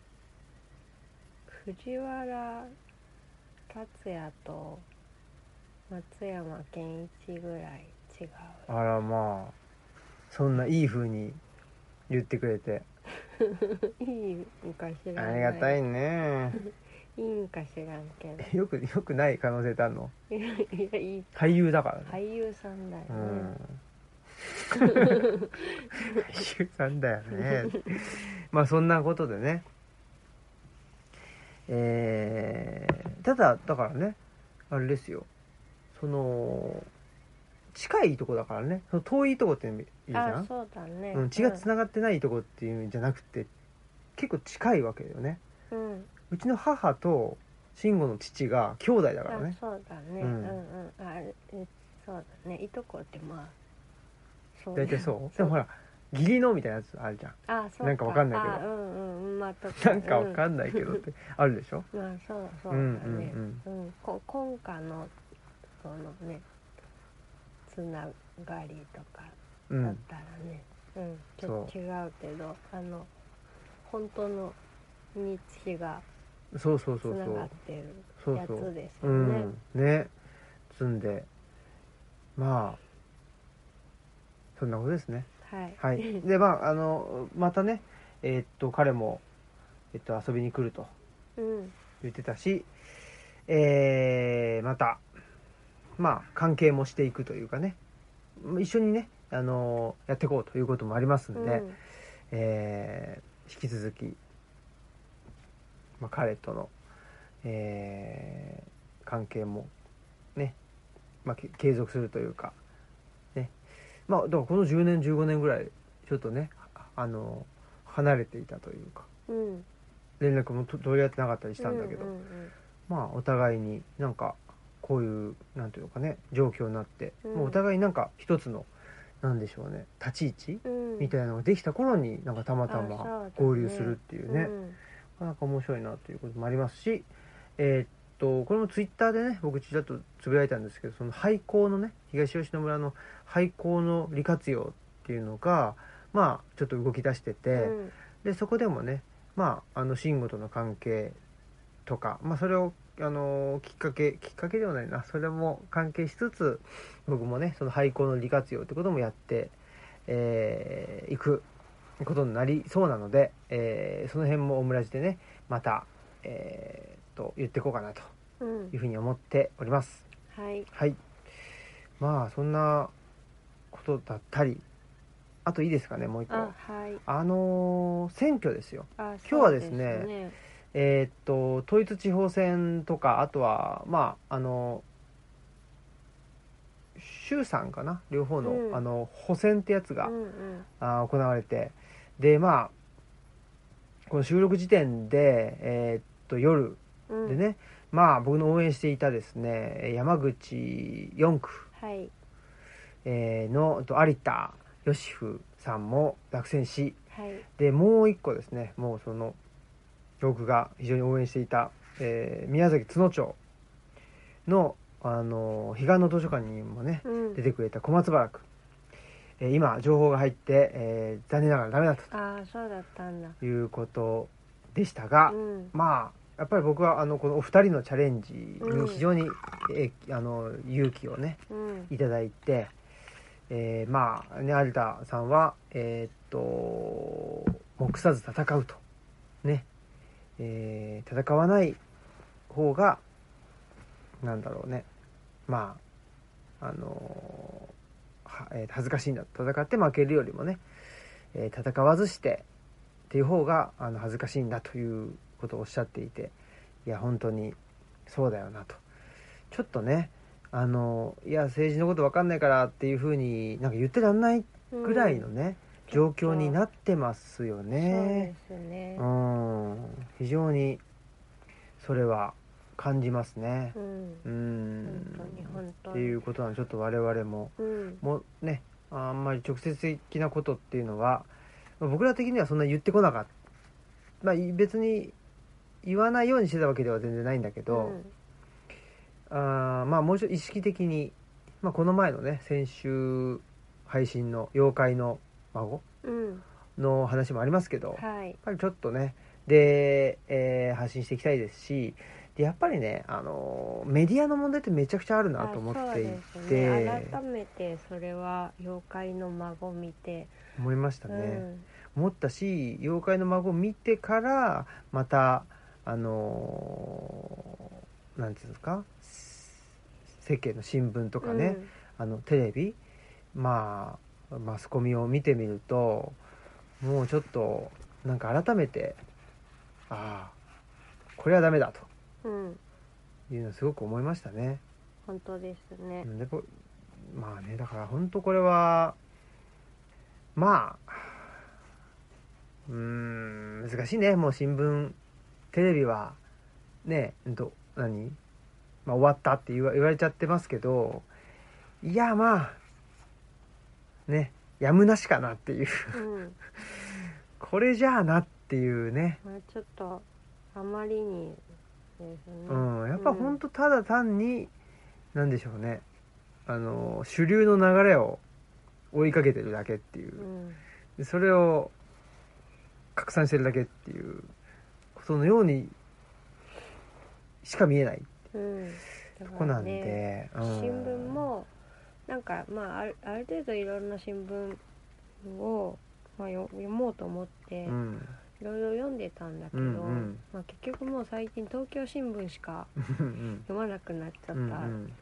Speaker 2: 藤原竜也と松山ケンイチぐらい違う
Speaker 1: あらまあそんないい風に言ってくれて
Speaker 2: いいんか知
Speaker 1: あ
Speaker 2: らな
Speaker 1: り
Speaker 2: い
Speaker 1: がたいね
Speaker 2: いいんか知らんけ ど
Speaker 1: よくよくない可能性ってあるの
Speaker 2: いや いやいい
Speaker 1: 俳優だからね、
Speaker 2: 俳優さんだよね
Speaker 1: うん俳優さんだよ ねまあそんなことでねえーただだからねあれですよその近いとこだからねその遠いとこっていいじゃ
Speaker 2: あ
Speaker 1: ん
Speaker 2: そうだね、
Speaker 1: うん、血がつながってないとこっていうんじゃなくて結構近いわけだよね
Speaker 2: うん、うん
Speaker 1: うちの母と慎吾の父が兄弟だから
Speaker 2: あ
Speaker 1: ね
Speaker 2: そうだね、
Speaker 1: う
Speaker 2: うんん、うんあえっそうだねいとこってまあそう
Speaker 1: 大体そうでもほら義理のみたいなやつあるじゃん
Speaker 2: あそう
Speaker 1: なんかわかんないけど
Speaker 2: あうんうんまあと
Speaker 1: なんかわかんないけどってあるでしょ
Speaker 2: うん、まあそうそう
Speaker 1: う
Speaker 2: だ
Speaker 1: ん
Speaker 2: ね
Speaker 1: うん
Speaker 2: うん、こ今回のそのねつながりとか
Speaker 1: う
Speaker 2: だっ
Speaker 1: ん
Speaker 2: たらね、うんちょっと違うけどあの本当の日地が
Speaker 1: そうそう
Speaker 2: つ
Speaker 1: そう
Speaker 2: な
Speaker 1: そ
Speaker 2: がっ
Speaker 1: う
Speaker 2: てる
Speaker 1: そう
Speaker 2: や
Speaker 1: そう
Speaker 2: つです
Speaker 1: う
Speaker 2: よね。
Speaker 1: んね積んでまあそんなことですね
Speaker 2: はい、
Speaker 1: はい でまああのまたねえーっと彼もえっと遊びに来ると
Speaker 2: うん
Speaker 1: 言ってたしえーまたまあ関係もしていくというかね一緒にねあのやっていこうということもありますんで、
Speaker 2: うん
Speaker 1: えー引き続き、まあ、彼との、えー関係もね、まあ、け継続するというかねまあだからこの10年15年ぐらいちょっとねああの離れていたというか
Speaker 2: うん、
Speaker 1: 連絡もと取り合ってなかったりしたんだけど、
Speaker 2: うんうん
Speaker 1: まあお互いになんかこういうなんていうのかね状況になって、
Speaker 2: うん
Speaker 1: もうお互いなんか一つのなんでしょうね立ち位置
Speaker 2: うんうん、
Speaker 1: みたいなのができた頃になんかたまた
Speaker 2: あそうだ
Speaker 1: ま
Speaker 2: ね
Speaker 1: 合流するっていうね
Speaker 2: うん
Speaker 1: なかなか面白いなということもありますしえーっとこれもツイッターでね僕ちらっとつぶやいたんですけどその廃校のね東吉野村の廃校の利活用っていうのがまあちょっと動き出してて、
Speaker 2: うん
Speaker 1: でそこでもねまああの慎吾との関係とか、まあ、それをあのきっかけきっかけではないなそれも関係しつつ僕もねその廃校の利活用ってこともやってえーいくことになりそうなので、えーその辺もオムラジでねまた、えーと言っていこうかなと
Speaker 2: うん
Speaker 1: いうふうに思っております。
Speaker 2: はい
Speaker 1: はいまあそんなことだったりあといいですかねもう一個
Speaker 2: あはい
Speaker 1: あのー選挙ですよ
Speaker 2: あ
Speaker 1: 今日はですねえーっと統一地方選とかあとはまああの衆参かな両方の,、
Speaker 2: うん
Speaker 1: あの補選ってやつが、
Speaker 2: そうですねうんうん
Speaker 1: あー行われてでまあこの収録時点で、えーっと夜
Speaker 2: うん
Speaker 1: でね、まあ僕の応援していたですね山口4区、
Speaker 2: はい
Speaker 1: えーのと有田義夫さんも落選し
Speaker 2: はい
Speaker 1: でもう一個ですねもうその僕が非常に応援していた、えー宮崎都農町の、あの彼岸の図書館にもね
Speaker 2: うん
Speaker 1: 出てくれた小松原君、えー今情報が入って、えー残念ながらダメだと
Speaker 2: ああそうだったんだ
Speaker 1: いうことでしたが、
Speaker 2: うん
Speaker 1: まあやっぱり僕はあのこのお二人のチャレンジに非常に、えーあの勇気をね
Speaker 2: うん
Speaker 1: いただいて、えーまあね有田さんはえーっと黙さず戦うとね、えー戦わない方がなんだろうねまああのーはえー恥ずかしいんだ戦って負けるよりもね、えー戦わずしてっていう方があの恥ずかしいんだということをおっしゃっていていや本当にそうだよなとちょっとねあのいや政治のこと分かんないからっていうふうになんか言ってらんないぐらいのね、状況になってますよ
Speaker 2: そう
Speaker 1: ね
Speaker 2: で。すね
Speaker 1: うん非常にそれは感じますね
Speaker 2: う。ん
Speaker 1: う
Speaker 2: 本
Speaker 1: ん
Speaker 2: 当に本当
Speaker 1: っ
Speaker 2: に
Speaker 1: ていうことはちょっと我々も
Speaker 2: うん
Speaker 1: もうねあんまり直接的なことっていうのは僕ら的にはそんな言ってこなかった、まあ、い別に言わないようにしてたわけでは全然ないんだけど。
Speaker 2: うん
Speaker 1: あーまあもう一度意識的に、まあ、この前のね先週配信の「妖怪の孫
Speaker 2: うん」
Speaker 1: の話もありますけど、やっ
Speaker 2: はい
Speaker 1: ぱりちょっとねで、えー発信していきたいですしでやっぱりね、あのーメディアの問題ってめちゃくちゃあるなと思ってい
Speaker 2: あそうです
Speaker 1: て、
Speaker 2: ね改めてそれは妖怪の孫見て
Speaker 1: 思いました
Speaker 2: う
Speaker 1: ね、
Speaker 2: ん
Speaker 1: 思ったし妖怪の孫を見てからまたあのーなんていうんですか世間の新聞とかね、あのテレビまあマスコミを見てみるともうちょっとなんか改めてああこれはダメだ
Speaker 2: うんうん
Speaker 1: というのをすごく思いましたね。
Speaker 2: 本当ですね
Speaker 1: でこまあねだから本当これはまあうーん難しいねもう新聞テレビはねうんと何、まあ、終わったって言わ言われちゃってますけどいやまあねやむなしかなっていう
Speaker 2: うん
Speaker 1: これじゃあなっていうね
Speaker 2: まあ、ちょっとあまりにですね、
Speaker 1: うん、やっぱほんとただ単に何でしょうねあの主流の流れを追いかけてるだけっていううんでそれを拡散してるだけっていうことのようにしか見えない
Speaker 2: うん、
Speaker 1: と
Speaker 2: だか
Speaker 1: こな
Speaker 2: ら
Speaker 1: んで、
Speaker 2: ね
Speaker 1: うん
Speaker 2: 新聞もなんかまああるある程度いろんな新聞を、まあ、よ読もうと思って
Speaker 1: うん
Speaker 2: いろいろ読んでたんだけ
Speaker 1: う
Speaker 2: ど、
Speaker 1: んうん
Speaker 2: まあ、結局もう最近東京新聞しか
Speaker 1: うんうん
Speaker 2: 読ま なくなっちゃった、
Speaker 1: う
Speaker 2: うんん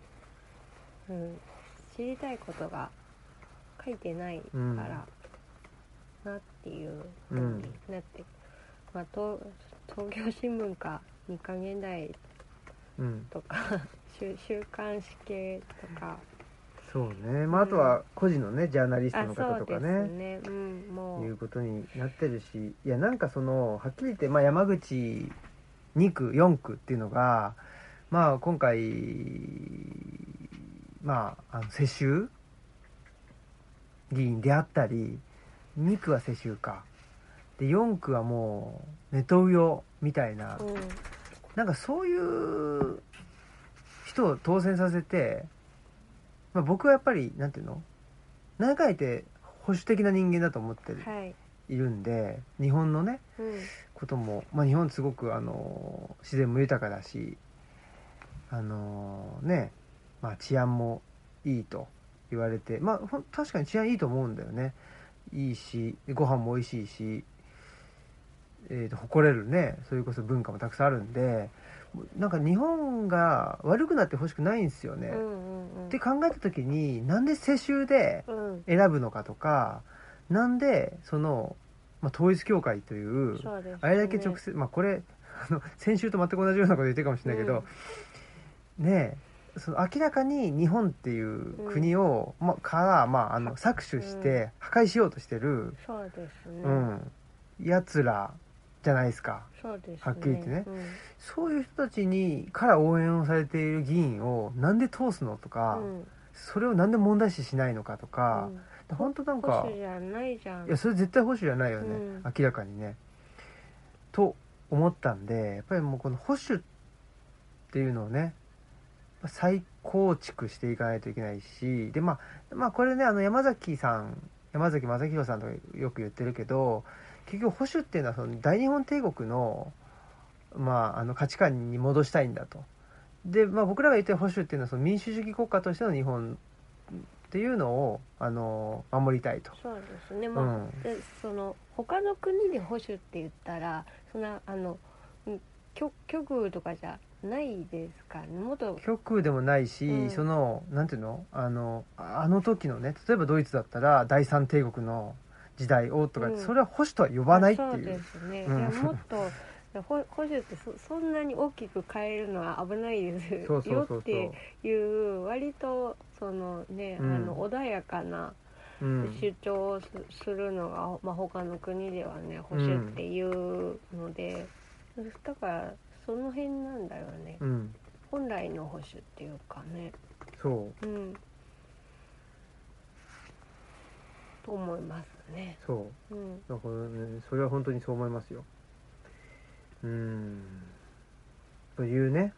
Speaker 2: 知りたいことが書いてないからなっていうふうになって、まあ、東東京新聞か日刊現代
Speaker 1: うんうん
Speaker 2: とか週週刊誌系とか
Speaker 1: そうねまああとは個人のねジャーナリスト
Speaker 2: あ
Speaker 1: の
Speaker 2: そ
Speaker 1: 方
Speaker 2: う
Speaker 1: と
Speaker 2: で
Speaker 1: か
Speaker 2: す
Speaker 1: ね
Speaker 2: ね、うん、も
Speaker 1: いう
Speaker 2: う、
Speaker 1: ことになってるしいやなんかそのはっきり言って、まあ、山口2区4区っていうのがまあ今回まああの世襲議員であったり2区は世襲かで4区はもうネトウヨみたいな
Speaker 2: うん、
Speaker 1: なんかそういう人を当選させて、まあ、僕はやっぱりなんていうの何回って保守的な人間だと思ってる
Speaker 2: はい、
Speaker 1: いるんで日本のね
Speaker 2: うん、
Speaker 1: ことも、まあ、日本すごくあの自然も豊かだしあのね、まあ、治安もいいと言われて、まあ、ほん確かに治安いいと思うんだよねいいしご飯も美味しいし、えーと誇れるねそれこそ文化もたくさんあるんでなんか日本が悪くなってほしくないんですよね。
Speaker 2: う
Speaker 1: っ
Speaker 2: ん、うん、
Speaker 1: て考えた時になんで世襲で
Speaker 2: うん、
Speaker 1: 選ぶのかとかなんでその、まあ、統一教会という
Speaker 2: そうです、ね、
Speaker 1: あれだけ直接、まあこれあの先週と全く同じようなこと言ってるかもしれないけど、ねえその明らかに日本っていう国を、まあ、から、まあ、あの搾取して破壊しようとしてる、
Speaker 2: そうですね、
Speaker 1: うん、やつらじゃないですか
Speaker 2: そうですね、
Speaker 1: はっきり言ってね
Speaker 2: うん、
Speaker 1: そういう人たちにから応援をされている議員をなんで通すのとか、
Speaker 2: うん、
Speaker 1: それをなんで問題視しないのかとか
Speaker 2: う、ん
Speaker 1: 本当なん
Speaker 2: 保
Speaker 1: か
Speaker 2: 守じゃないじゃん
Speaker 1: いやそれ絶対保守じゃないよね、
Speaker 2: うん
Speaker 1: 明らかにね。と思ったんでやっぱりもうこの保守っていうのをね再構築していかないといけないしで、まあ、まあこれねあの山崎さん山崎正弘さんとかよく言ってるけど結局保守っていうのはその大日本帝国の,、まああの価値観に戻したいんだと。で、まあ、僕らが言ってる保守っていうのはその民主主義国家としての日本っていうのをあの守りたいと。
Speaker 2: そうですね
Speaker 1: う
Speaker 2: まあ、
Speaker 1: ん
Speaker 2: でその他の国で保守って言ったらそんなあのうん極極右とかじゃないですからねもっと
Speaker 1: 極右でもないし、
Speaker 2: うん
Speaker 1: そのなんていうのあのああの時のね例えばドイツだったら第三帝国の時代をとか、
Speaker 2: うん
Speaker 1: それは保守とは呼ばないって
Speaker 2: そう
Speaker 1: い
Speaker 2: で
Speaker 1: う
Speaker 2: すね、
Speaker 1: うん
Speaker 2: いやもっとほ保守ってそそんなに大きく変えるのは危ないです
Speaker 1: そうそうそ
Speaker 2: よ
Speaker 1: う
Speaker 2: っ
Speaker 1: そう
Speaker 2: ていう割とそのね、
Speaker 1: うん
Speaker 2: あの穏やかな
Speaker 1: うん
Speaker 2: 主張をすするのが、まあ、他の国ではね保守っていうので、だからその辺なんだよね
Speaker 1: うん
Speaker 2: 本来の保守っていうかね
Speaker 1: そう
Speaker 2: うんと思いますね
Speaker 1: そう
Speaker 2: うん
Speaker 1: だからねそれは本当にそう思いますようんというね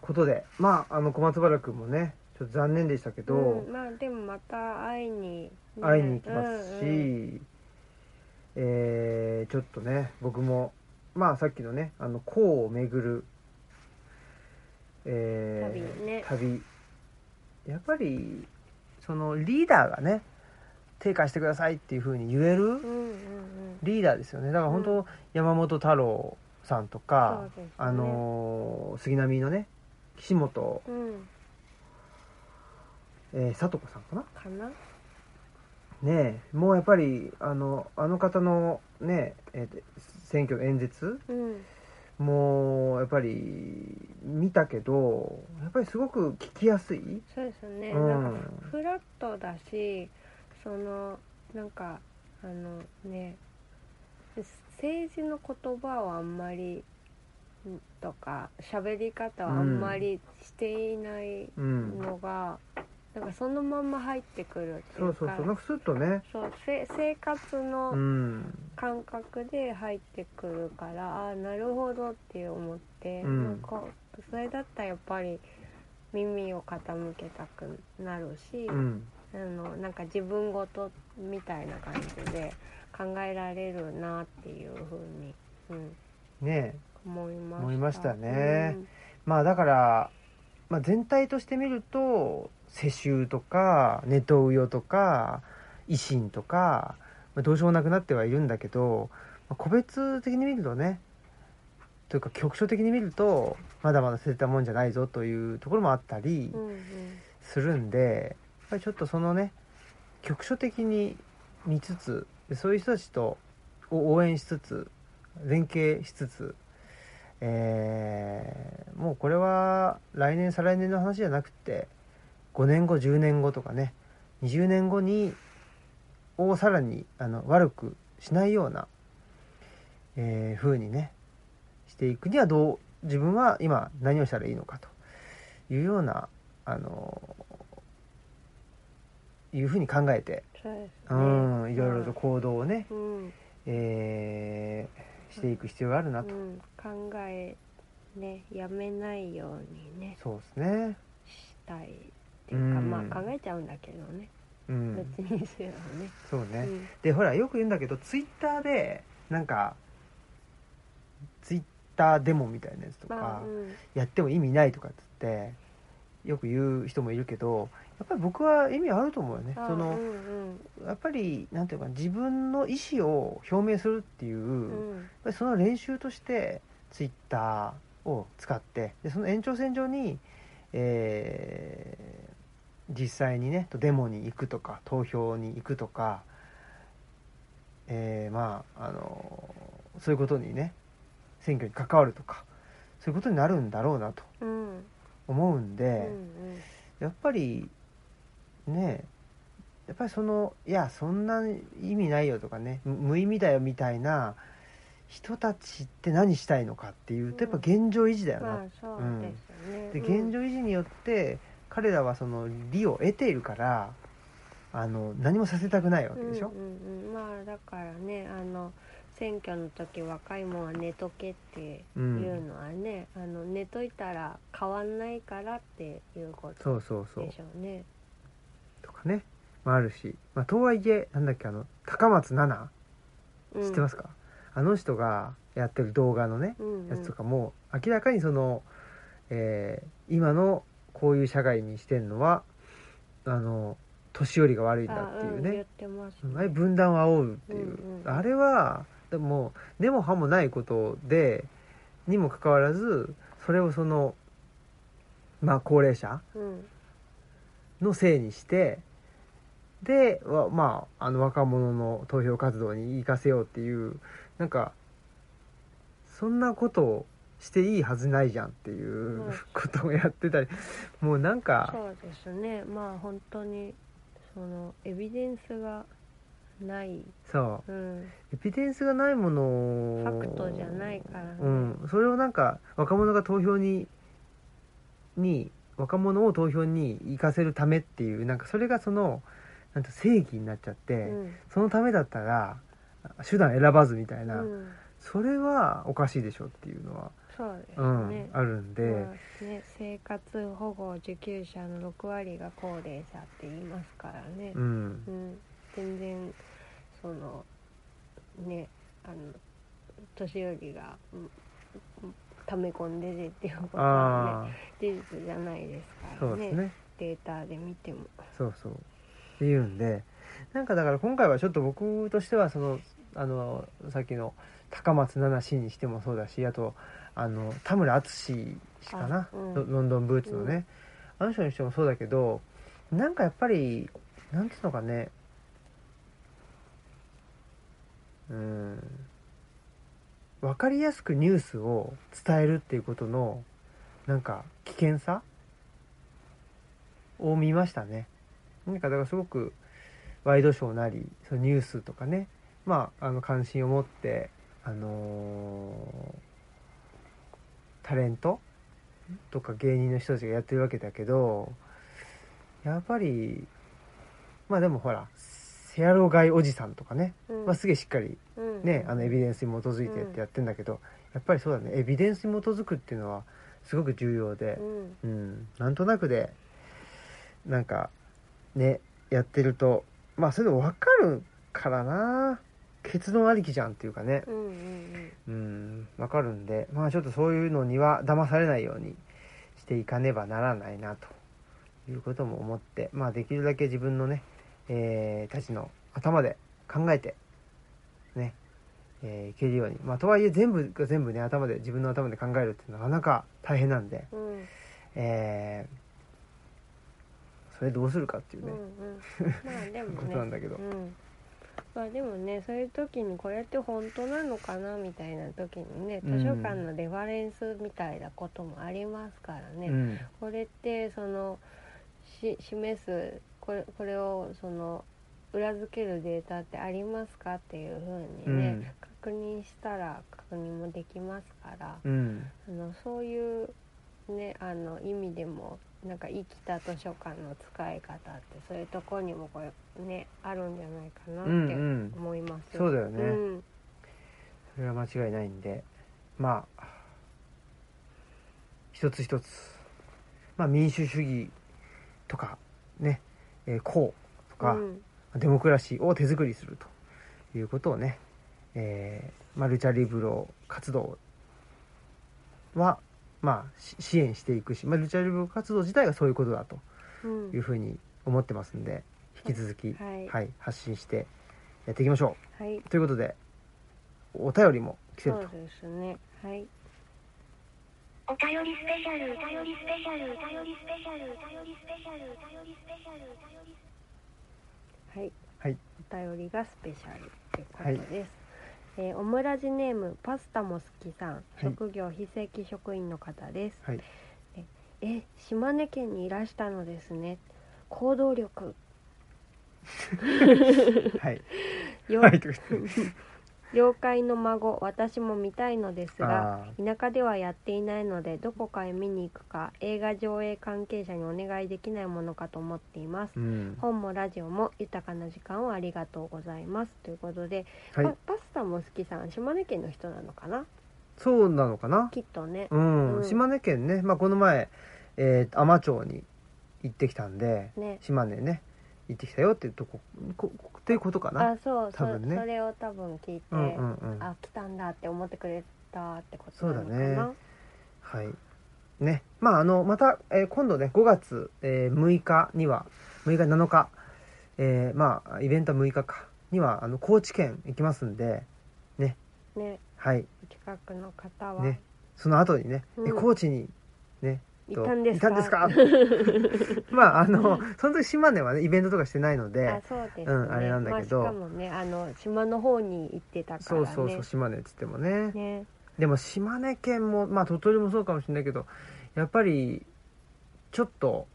Speaker 1: ことでまああの小松原君もねちょっと残念でしたけど、
Speaker 2: ん、まあでもまた会いに、ね
Speaker 1: 会いに行きますし、
Speaker 2: うんうん
Speaker 1: えーちょっとね僕もまあさっきのねあの校を巡る、え
Speaker 2: 旅ね
Speaker 1: ー、旅やっぱりそのリーダーがね手貸してくださいっていう風に言える
Speaker 2: うんうんうん
Speaker 1: リーダーですよねだから本
Speaker 2: う
Speaker 1: 当山本太郎さんとか、
Speaker 2: そうですね
Speaker 1: あのー杉並のね岸本、
Speaker 2: うん
Speaker 1: えー、さと子さんかな
Speaker 2: かな
Speaker 1: ねえもうやっぱりあのあの方のねえー選挙の演説
Speaker 2: うん
Speaker 1: もうやっぱり見たけどやっぱりすごく聞きやすい、
Speaker 2: そうですね、
Speaker 1: うん
Speaker 2: なんかフラットだしそのなんかあのね政治の言葉をあんまりんとか喋り方をあんまりしていない
Speaker 1: うん
Speaker 2: のが、なんかそのまんま入ってくるってい
Speaker 1: そう
Speaker 2: う
Speaker 1: そう
Speaker 2: か
Speaker 1: そうなんかスッとね
Speaker 2: そうせ生活
Speaker 1: う
Speaker 2: の
Speaker 1: ん
Speaker 2: 感覚で入ってくるから、ああなるほどって思って、
Speaker 1: うん
Speaker 2: なんかそれだったらやっぱり耳を傾けたくなるし、
Speaker 1: うん
Speaker 2: あのなんか自分ごとみたいな感じで考えられるなっていうふうに、うん、
Speaker 1: ねえ
Speaker 2: 思いました
Speaker 1: 思いましたねまあだから、まあ、全体として見ると世襲とかネトウヨとか維新とか、まあ、どうしようもなくなってはいるんだけど、まあ個別的に見るとねというか局所的に見るとまだまだ捨てたもんじゃないぞというところもあったり
Speaker 2: うんうん
Speaker 1: するんで、やっぱりちょっとそのね局所的に見つつでそういう人たちとを応援しつつ連携しつつ、えーもうこれは来年再来年の話じゃなくて5年後10年後とかね20年後にをさらにあの悪くしないような、えー、風にねしていくにはどう自分は今何をしたらいいのかというようなあのいうふうに考えて、
Speaker 2: そうですね
Speaker 1: うん、いろいろと行動をね、
Speaker 2: うん
Speaker 1: えーしていく必要があるなと、
Speaker 2: うん、考えねやめないようにね
Speaker 1: そうですね、
Speaker 2: したいっていうか、
Speaker 1: うん
Speaker 2: まあ考えちゃうんだけどね、
Speaker 1: うん、
Speaker 2: 別にせよね
Speaker 1: そうね、
Speaker 2: うん
Speaker 1: でほらよく言うんだけどツイッターでなんかツイッターデモみたいなやつとか、
Speaker 2: まあ、うん、
Speaker 1: やっても意味ないとかっつってよく言う人もいるけどやっぱり僕は意味あると思うよね。
Speaker 2: あ
Speaker 1: そ
Speaker 2: うん
Speaker 1: のやっぱりなんていうか自分の意思を表明するっていう、
Speaker 2: うんうん
Speaker 1: やっぱりその練習としてツイッターを使ってでその延長線上に、えー実際にねデモに行くとか投票に行くとか、えーまああのそういうことにね選挙に関わるとかそういうことになるんだろうなと
Speaker 2: うん
Speaker 1: 思うんで。
Speaker 2: うん
Speaker 1: やっぱりねやっぱりそのいやそんな意味ないよとかねむ無意味だよみたいな人たちって何したいのかっていうとやっぱ現状維持だよな、
Speaker 2: まあそうですね、
Speaker 1: で
Speaker 2: うん
Speaker 1: 現状維持によって彼らはその利を得ているからあの何もさせたくないわけでしょ
Speaker 2: う、んうんうん、まあだからねあの選挙の時若いもんは寝とけって
Speaker 1: う
Speaker 2: い
Speaker 1: ん
Speaker 2: うのはね、あの寝といたら変わんないからっていうこと
Speaker 1: そうそうそう
Speaker 2: でしょうね。
Speaker 1: とかね、まあ、あるし、まあ、とはいえなんだっけあの高松菜
Speaker 2: うん
Speaker 1: 奈知ってますか、あの人がやってる動画のね、
Speaker 2: うんう
Speaker 1: や
Speaker 2: ん
Speaker 1: つとかも明らかにその、えー今のこういう社会にしてんのはあの年寄りが悪いんだ
Speaker 2: あ
Speaker 1: っていう
Speaker 2: うん、言っ
Speaker 1: ね、
Speaker 2: てます、
Speaker 1: あれ分断を煽るっていう、
Speaker 2: うんうん
Speaker 1: あれはでも根も葉もないことでにもかかわらずそれをそのまあ高齢者
Speaker 2: うん
Speaker 1: のせいにしてでわまああの若者の投票活動に生かせようっていうなんかそんなことをしていいはずないじゃんっていう
Speaker 2: はい
Speaker 1: ことをやってたりもうなんか
Speaker 2: そうですねまあ本当にそのエビデンスがない、
Speaker 1: そ
Speaker 2: うん、
Speaker 1: うエビデンスがないものを
Speaker 2: ファクトじゃないからね
Speaker 1: うん、それをなんか若者が投票にに若者を投票に行かせるためっていうなんかそれがそのなんて正義になっちゃって。
Speaker 2: うん
Speaker 1: そのためだったら手段選ばずみたいうな、
Speaker 2: ん、
Speaker 1: それはおかしいでしょっていうのは、
Speaker 2: そうです
Speaker 1: う
Speaker 2: ね。
Speaker 1: んあるんで、
Speaker 2: まあね、生活保護受給者の6割が高齢者って言いますからね
Speaker 1: う、ん
Speaker 2: う、ん全然そのねあの年寄りが、うんうん溜め込んでてっていうことは、
Speaker 1: あ
Speaker 2: ね、事実じゃないです
Speaker 1: あ
Speaker 2: か
Speaker 1: そ
Speaker 2: ら
Speaker 1: うで
Speaker 2: ね
Speaker 1: すね
Speaker 2: データで見ても。
Speaker 1: そうそうっていうんでなんかだから今回はちょっと僕としてはそのあのさっきの高松菜奈氏にしてもそうだしあとあの田村淳氏かな、
Speaker 2: あうん
Speaker 1: ロロンドンブーツのね、あの人にしてもそうだけどなんかやっぱりなんていうのかねうん分かりやすくニュースを伝えるっていうことのなんか危険さを見ましたね。なんかだからすごくワイドショーなりそのニュースとかね、まあ、あの関心を持って、あのータレントとか芸人の人たちがやってるわけだけどやっぱりまあでもほらセアロガイおじさんとかね、
Speaker 2: うん
Speaker 1: まあ、すげえしっかり
Speaker 2: うん
Speaker 1: ね、あのエビデンスに基づいてってやってんだけど、やっぱりそうだねエビデンスに基づくっていうのはすごく重要でう
Speaker 2: う、ん
Speaker 1: ん、なんとなくでなんかねやってるとまあそれでも分かるからな結論ありきじゃんっていうかね
Speaker 2: うんうん
Speaker 1: うん分かるんでまあちょっとそういうのには騙されないようにしていかねばならないなということも思ってまあできるだけ自分のね、えーたちの頭で考えてねえーいけるようにまあとはいえ全部が全部ね頭で自分の頭で考えるってなかなか大変なんで、
Speaker 2: うんうん
Speaker 1: えーそれどうするかっていう
Speaker 2: う
Speaker 1: ね
Speaker 2: ん、うん まあでも
Speaker 1: こと
Speaker 2: ね
Speaker 1: なんだけど、
Speaker 2: うんまあでもねそういう時にこれって本当なのかなみたいな時にね
Speaker 1: うん
Speaker 2: 図書館のレファレンスみたいなこともありますからね、
Speaker 1: うん
Speaker 2: これってそのし示すこれこれをその裏付けるデータってありますかっていうふうにね、
Speaker 1: うん
Speaker 2: 確認したら確認もできますから、
Speaker 1: うん
Speaker 2: あのそういう、ね、あの意味でもなんか生きた図書館の使い方ってそういうとこにもこれ、ね、あるんじゃないかな
Speaker 1: うんう
Speaker 2: って
Speaker 1: ん
Speaker 2: 思います。
Speaker 1: そうだよね
Speaker 2: うん
Speaker 1: それは間違いないんでまあ一つ一つまあ民主主義とかね、えー、公とか、
Speaker 2: うん
Speaker 1: デモクラシーを手作りするということをね、えーマルチャリブロ活動は、まあ、し支援していくしマルチャリブロ活動自体がそういうことだと
Speaker 2: うん
Speaker 1: いうふうに思ってますんで引き続き、
Speaker 2: はい
Speaker 1: はい、発信してやっていきましょ
Speaker 2: はい、
Speaker 1: うということでお便りも来て
Speaker 2: そ
Speaker 1: る
Speaker 2: うですね。はい
Speaker 3: お便りスペシャル、お便りスペシャル、お便りスペシャル、お便りスペシャル、お便りスペシャル、お便りスペシャル。
Speaker 2: はい。
Speaker 1: はい
Speaker 2: お便りがスペシャルということです。えーオムラジネームパスタも好きさん、職業非正規職員の方です。
Speaker 1: はい
Speaker 2: え。え、島根県にいらしたのですね。行 動力。
Speaker 1: とはい
Speaker 2: よ
Speaker 1: はいとか言って
Speaker 2: 妖怪の孫、私も見たいのですが。
Speaker 1: あ
Speaker 2: 田舎ではやっていないのでどこかへ見に行くか映画上映関係者にお願いできないものかと思っています
Speaker 1: ーうん
Speaker 2: 本もラジオも豊かな時間をありがとうございますということで、
Speaker 1: はい
Speaker 2: パパスタも好きさん島根県の人なのかな
Speaker 1: そうなのかな
Speaker 2: きっとね
Speaker 1: うん、
Speaker 2: うん
Speaker 1: 島根県ね、まあ、この前、えー、海士町に行ってきたんで
Speaker 2: ね
Speaker 1: 島根ね行ってきたよっていうとここっていうことかな
Speaker 2: あそう
Speaker 1: 多分ね
Speaker 2: そそれを多分聞いて、
Speaker 1: うんうんうんは
Speaker 2: あ来たんだって思ってくれたってことなのかな
Speaker 1: そうだねいねまああのまた、えー今度ね5月、えー6日には6日7日、えーまあイベントは6日かにはあの高知県行きますんで
Speaker 2: ね
Speaker 1: はい
Speaker 2: お近くの方は、
Speaker 1: ねその後にね、え
Speaker 2: うん
Speaker 1: 高知にね
Speaker 2: いたんですか
Speaker 1: いたんですか まああのその時島根はねイベントとかしてないので
Speaker 2: あそうですね、
Speaker 1: うんあれなんだけど
Speaker 2: まあ、しかもねあの島の方に行ってたから
Speaker 1: そう
Speaker 2: ね
Speaker 1: そうそう島根っつってもね
Speaker 2: ね
Speaker 1: でも島根県もまあ鳥取もそうかもしれないけどやっぱりちょっと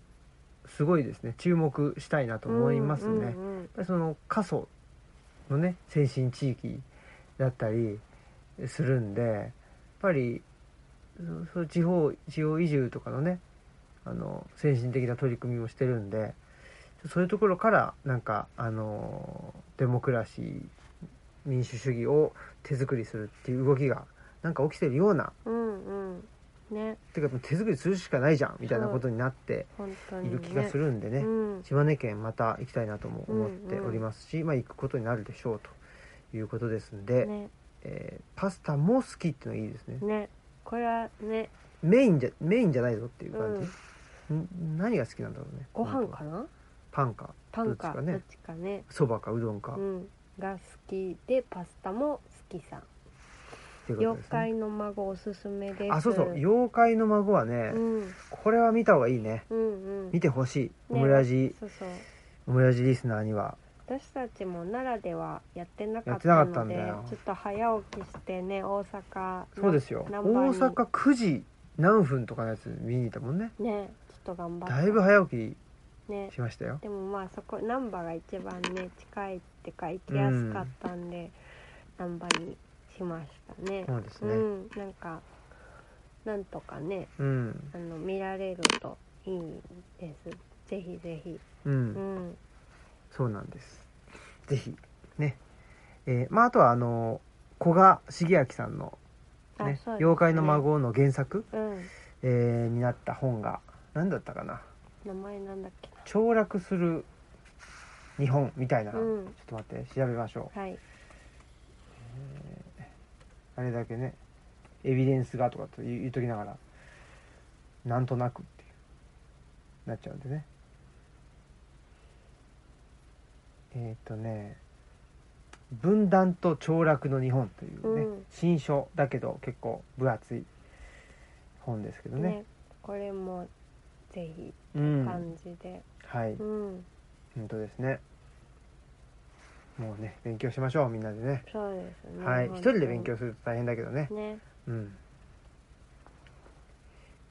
Speaker 1: すごいですね注目したいなと思いますね、やっ
Speaker 2: うんうん
Speaker 1: ぱりその過疎のね先進地域だったりするんでやっぱりそうそう地方地方移住とかのねあの先進的な取り組みもしてるんでそういうところからなんかあのデモクラシー民主主義を手作りするっていう動きがなんか起きてるような
Speaker 2: うんうんうんね
Speaker 1: てか手作りするしかないじゃんみたいなことになって
Speaker 2: 本当
Speaker 1: い
Speaker 2: に、ね、
Speaker 1: る気がするんでね
Speaker 2: うん
Speaker 1: 島根県また行きたいなとも思っておりますし、まあ行くことになるでしょうということですんで、
Speaker 2: ね
Speaker 1: えーパスタも好きっていうのいいですね
Speaker 2: ねこれはね
Speaker 1: メインじゃメインじゃないぞっていう感じ、
Speaker 2: うん
Speaker 1: ん何が好きなんだろうね
Speaker 2: ご飯
Speaker 1: 本当は
Speaker 2: かな
Speaker 1: パンか
Speaker 2: パンか
Speaker 1: ど
Speaker 2: ど
Speaker 1: っ
Speaker 2: っ
Speaker 1: ちかね
Speaker 2: ちかね
Speaker 1: そばかうどんか、
Speaker 2: う
Speaker 1: っ
Speaker 2: んが好きでパスタも好きさん、
Speaker 1: ていうことです
Speaker 2: 妖
Speaker 1: ね
Speaker 2: 怪の孫おすすめです
Speaker 1: あそうそう妖怪の孫はね、
Speaker 2: うん
Speaker 1: これは見た方がいいね
Speaker 2: うんうん
Speaker 1: 見てほしい、オ
Speaker 2: ね
Speaker 1: ムラジ
Speaker 2: そうそう
Speaker 1: オムラジリスナーには
Speaker 2: 私たちも奈良ではやってなか
Speaker 1: や
Speaker 2: っ
Speaker 1: ってなか
Speaker 2: た
Speaker 1: ったん
Speaker 2: の
Speaker 1: だ
Speaker 2: で
Speaker 1: よ
Speaker 2: ちょっと早起きしてね大阪の
Speaker 1: そうですよ大
Speaker 2: ナンバーに
Speaker 1: 阪9時何分とかのやつ見に行ったもんね
Speaker 2: ねちょっと頑張って
Speaker 1: だいぶ早起
Speaker 2: ね
Speaker 1: きしましたよ
Speaker 2: でもまあそこ難波が一番ね近いってか行きやすかったんで、難波にしましたね。
Speaker 1: そうです
Speaker 2: う
Speaker 1: ね
Speaker 2: ん、なんかなんとかね
Speaker 1: うん
Speaker 2: あの見られるといいですぜひぜひ
Speaker 1: うん、
Speaker 2: うん
Speaker 1: そうなんですぜひねえーまああとはあの古賀茂明さんの、
Speaker 2: あ
Speaker 1: ね
Speaker 2: そうですね
Speaker 1: 妖怪の孫」の原作、
Speaker 2: うん
Speaker 1: えーになった本が何だったかな
Speaker 2: 名前なんだっけ
Speaker 1: 「凋落する日本」みたいな、
Speaker 2: なうん
Speaker 1: ちょっと待って調べましょ
Speaker 2: はい、
Speaker 1: うあれだけねエビデンスがとかと言う言うときながらなんとなくっていうなっちゃうんでねえっ、とね「分断と凋落の日本」というね、
Speaker 2: うん
Speaker 1: 新書だけど結構分厚い本ですけどね
Speaker 2: ね、これもぜひ
Speaker 1: うん
Speaker 2: 感じで
Speaker 1: はい、
Speaker 2: うん、
Speaker 1: 本当ですねもうね勉強しましょうみんなでね
Speaker 2: そうですね
Speaker 1: はい、一
Speaker 2: 本当
Speaker 1: 人
Speaker 2: に
Speaker 1: で勉強すると大変だけどね、
Speaker 2: ね
Speaker 1: うん、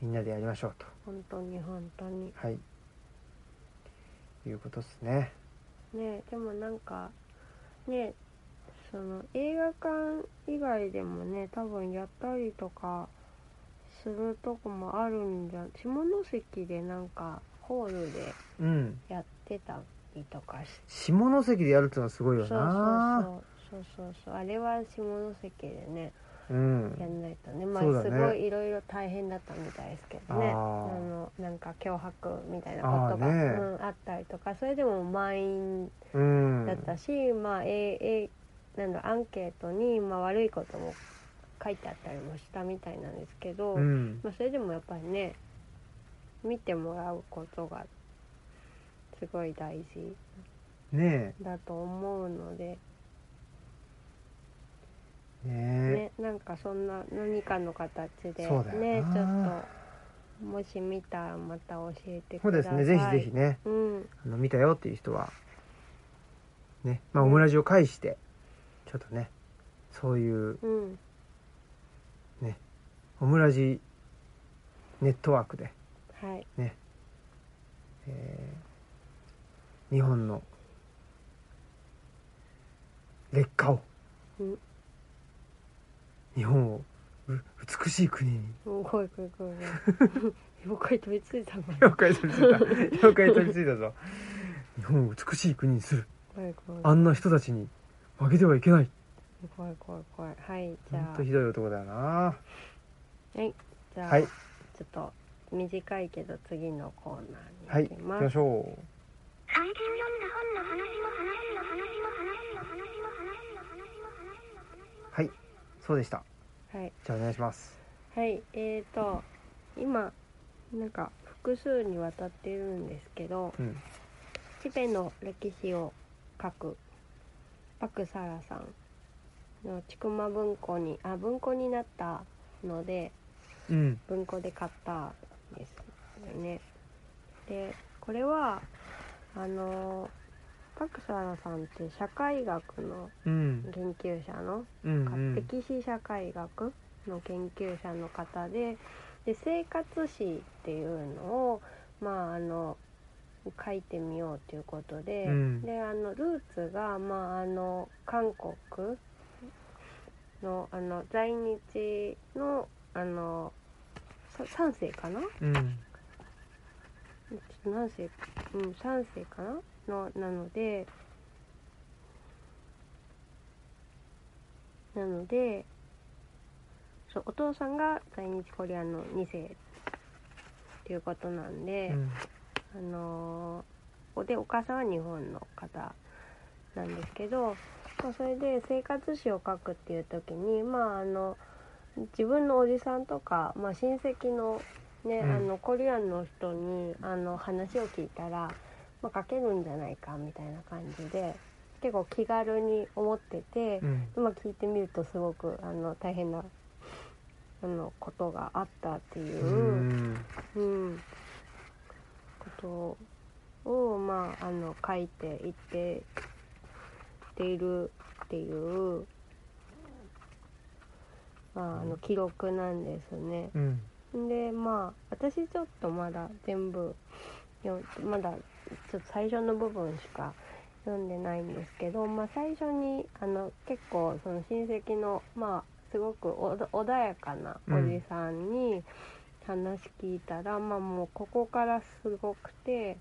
Speaker 1: みんなでやりましょうと、
Speaker 2: 本当に本当に
Speaker 1: はい、いうことですね。
Speaker 2: ねでもなんかねその映画館以外でもね多分やったりとかするとこもあるんじゃ下関でなんかホールで
Speaker 1: うん、
Speaker 2: やってたりとかして
Speaker 1: 下関でやるってのはすごい
Speaker 2: そ
Speaker 1: よ
Speaker 2: うそ
Speaker 1: な。
Speaker 2: うそうそうそうそうあれは下関でね
Speaker 1: うん
Speaker 2: や、んないとねまあ
Speaker 1: そうだ
Speaker 2: す
Speaker 1: ね
Speaker 2: ごいいろいろ大変だったみたいですけどね
Speaker 1: あー
Speaker 2: あのなんか脅迫みたいなことが
Speaker 1: あーね
Speaker 2: うん、あったりとかそれでも満員
Speaker 1: うん、
Speaker 2: だったし、まあ、ええなんだアンケートに、まあ、悪いことも書いてあったりもしたみたいなんですけど、
Speaker 1: うん、
Speaker 2: まあ、それでもやっぱりね見てもらうことがすごい大事
Speaker 1: ね
Speaker 2: だと思うので、
Speaker 1: え、ね
Speaker 2: ね、なんかそんな何かの形で
Speaker 1: そうだよな
Speaker 2: ねちょっともし見たらまた教えて
Speaker 1: え、そう
Speaker 2: く
Speaker 1: で
Speaker 2: だ
Speaker 1: す
Speaker 2: さい。
Speaker 1: ね、ぜひぜひね、
Speaker 2: うん、
Speaker 1: あの見たよっていう人は。ね、まあ、オムラジを介して、ちょっとね、そういう
Speaker 2: うん、
Speaker 1: オムラジ。ネットワークで。
Speaker 2: はい、
Speaker 1: えー日本の劣化を
Speaker 2: うん
Speaker 1: 日本をう美しい国に
Speaker 2: もう来い来い来い来い。妖怪飛びついたの。来い
Speaker 1: 妖怪取り付いた妖怪取り付いたぞ日本を美しい国にする
Speaker 2: 来い
Speaker 1: あんな人たちに負けてはいけない
Speaker 2: 怖い怖い怖いはいじ
Speaker 1: ほ
Speaker 2: ゃ
Speaker 1: ん
Speaker 2: あ
Speaker 1: とひどい男だよな
Speaker 2: じゃあ、
Speaker 1: はい
Speaker 2: ちょっと短いけど次のコーナ
Speaker 1: は
Speaker 2: ー
Speaker 1: い
Speaker 2: に
Speaker 1: 行
Speaker 2: 行き
Speaker 1: き
Speaker 2: ま、
Speaker 1: ますしょう
Speaker 3: 最近読んだ本の話も話も話も話も話も話も話も話も話も
Speaker 1: はいそうでした
Speaker 2: はい、
Speaker 1: じゃあお願いします
Speaker 2: はい、えーと今なんか複数にわたってるんですけど
Speaker 1: うん
Speaker 2: チベの歴史を書くパクサラさんの千曲文庫にあ文庫になったので
Speaker 1: うん
Speaker 2: 文庫で買ったんですよね。でこれはあのパクサラさんって社会学の
Speaker 1: うん
Speaker 2: 研究者の、
Speaker 1: うんうん
Speaker 2: 歴史社会学の研究者の方でで生活史っていうのをまああの書いてみようということで、
Speaker 1: うん
Speaker 2: であのルーツが、まあ、あの韓国のあの在日のあのさ3世かな
Speaker 1: うん
Speaker 2: ちょっと何世うん3世かなのなのでなのでそうお父さんが在日コリアンの2世っていうことなんで、
Speaker 1: うん
Speaker 2: あのーでお母さんは日本の方なんですけど、まあ、それで生活史を書くっていう時にまああの自分のおじさんとか、まあ、親戚の,、ね
Speaker 1: うん
Speaker 2: あのコリアンの人にあの話を聞いたら、まあ、書けるんじゃないかみたいな感じで結構気軽に思ってて
Speaker 1: う、ん
Speaker 2: まあ、聞いてみるとすごくあの大変なあのことがあったっていうう。
Speaker 1: ん
Speaker 2: うん、ことを、まあ、あの書いていってっているっていう、まあ、あの記録なんですね。
Speaker 1: うん
Speaker 2: でまあ私ちょっとまだ全部読んまだちょっと最初の部分しか読んでないんですけど、まあ、最初にあの結構その親戚のまあすごくおだ穏やかなおじさんに話聞いたら、まあもうここからすごくて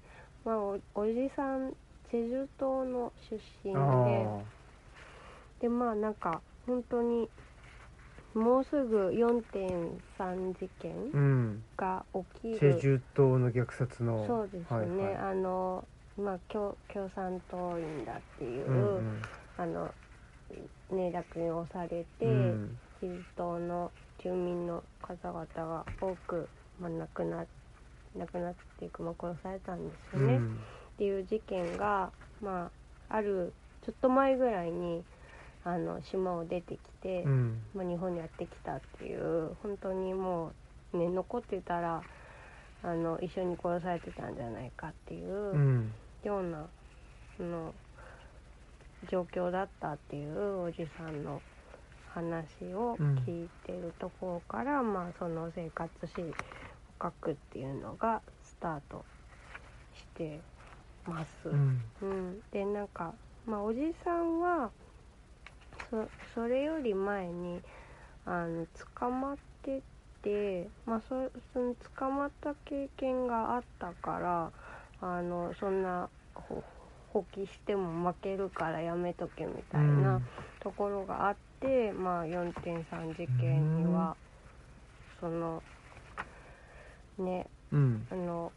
Speaker 2: まあ、おおじさん済州島の出身
Speaker 1: あ
Speaker 2: で
Speaker 1: ー
Speaker 2: でまあなんか本当にもうすぐ4.3事件
Speaker 1: うん
Speaker 2: が起き
Speaker 1: チェジ
Speaker 2: る
Speaker 1: ュ島の虐殺の
Speaker 2: そうですよね、
Speaker 1: はいはい
Speaker 2: あのまあ共共産党員だっていう、
Speaker 1: うんうん
Speaker 2: あのね落印をされて、
Speaker 1: うん
Speaker 2: キリ島の住民の方々が多く、まあ、亡くな亡くなっていく、まあ、殺されたんです
Speaker 1: う
Speaker 2: よね、っ
Speaker 1: ん
Speaker 2: ていう事件が、まあ、あるちょっと前ぐらいにあの島を出てきて、
Speaker 1: うん
Speaker 2: まあ、日本にやってきたっていう本当にもう、ね、残ってたらあの一緒に殺されてたんじゃないかっていう
Speaker 1: うん
Speaker 2: ような、その状況だったっていうおじさんの話を
Speaker 1: うん
Speaker 2: 聞いてるところから、まあ、その生活史を書くっていうのがスタートしてます。
Speaker 1: うん
Speaker 2: うん、でなんか、まあ、おじさんはそそれより前にあの捕まってて、まあ、そその捕まった経験があったからあのそんなほ放棄しても負けるからやめとけみたいなところがあって、まあ、4.3事件にはそのね
Speaker 1: うん
Speaker 2: あの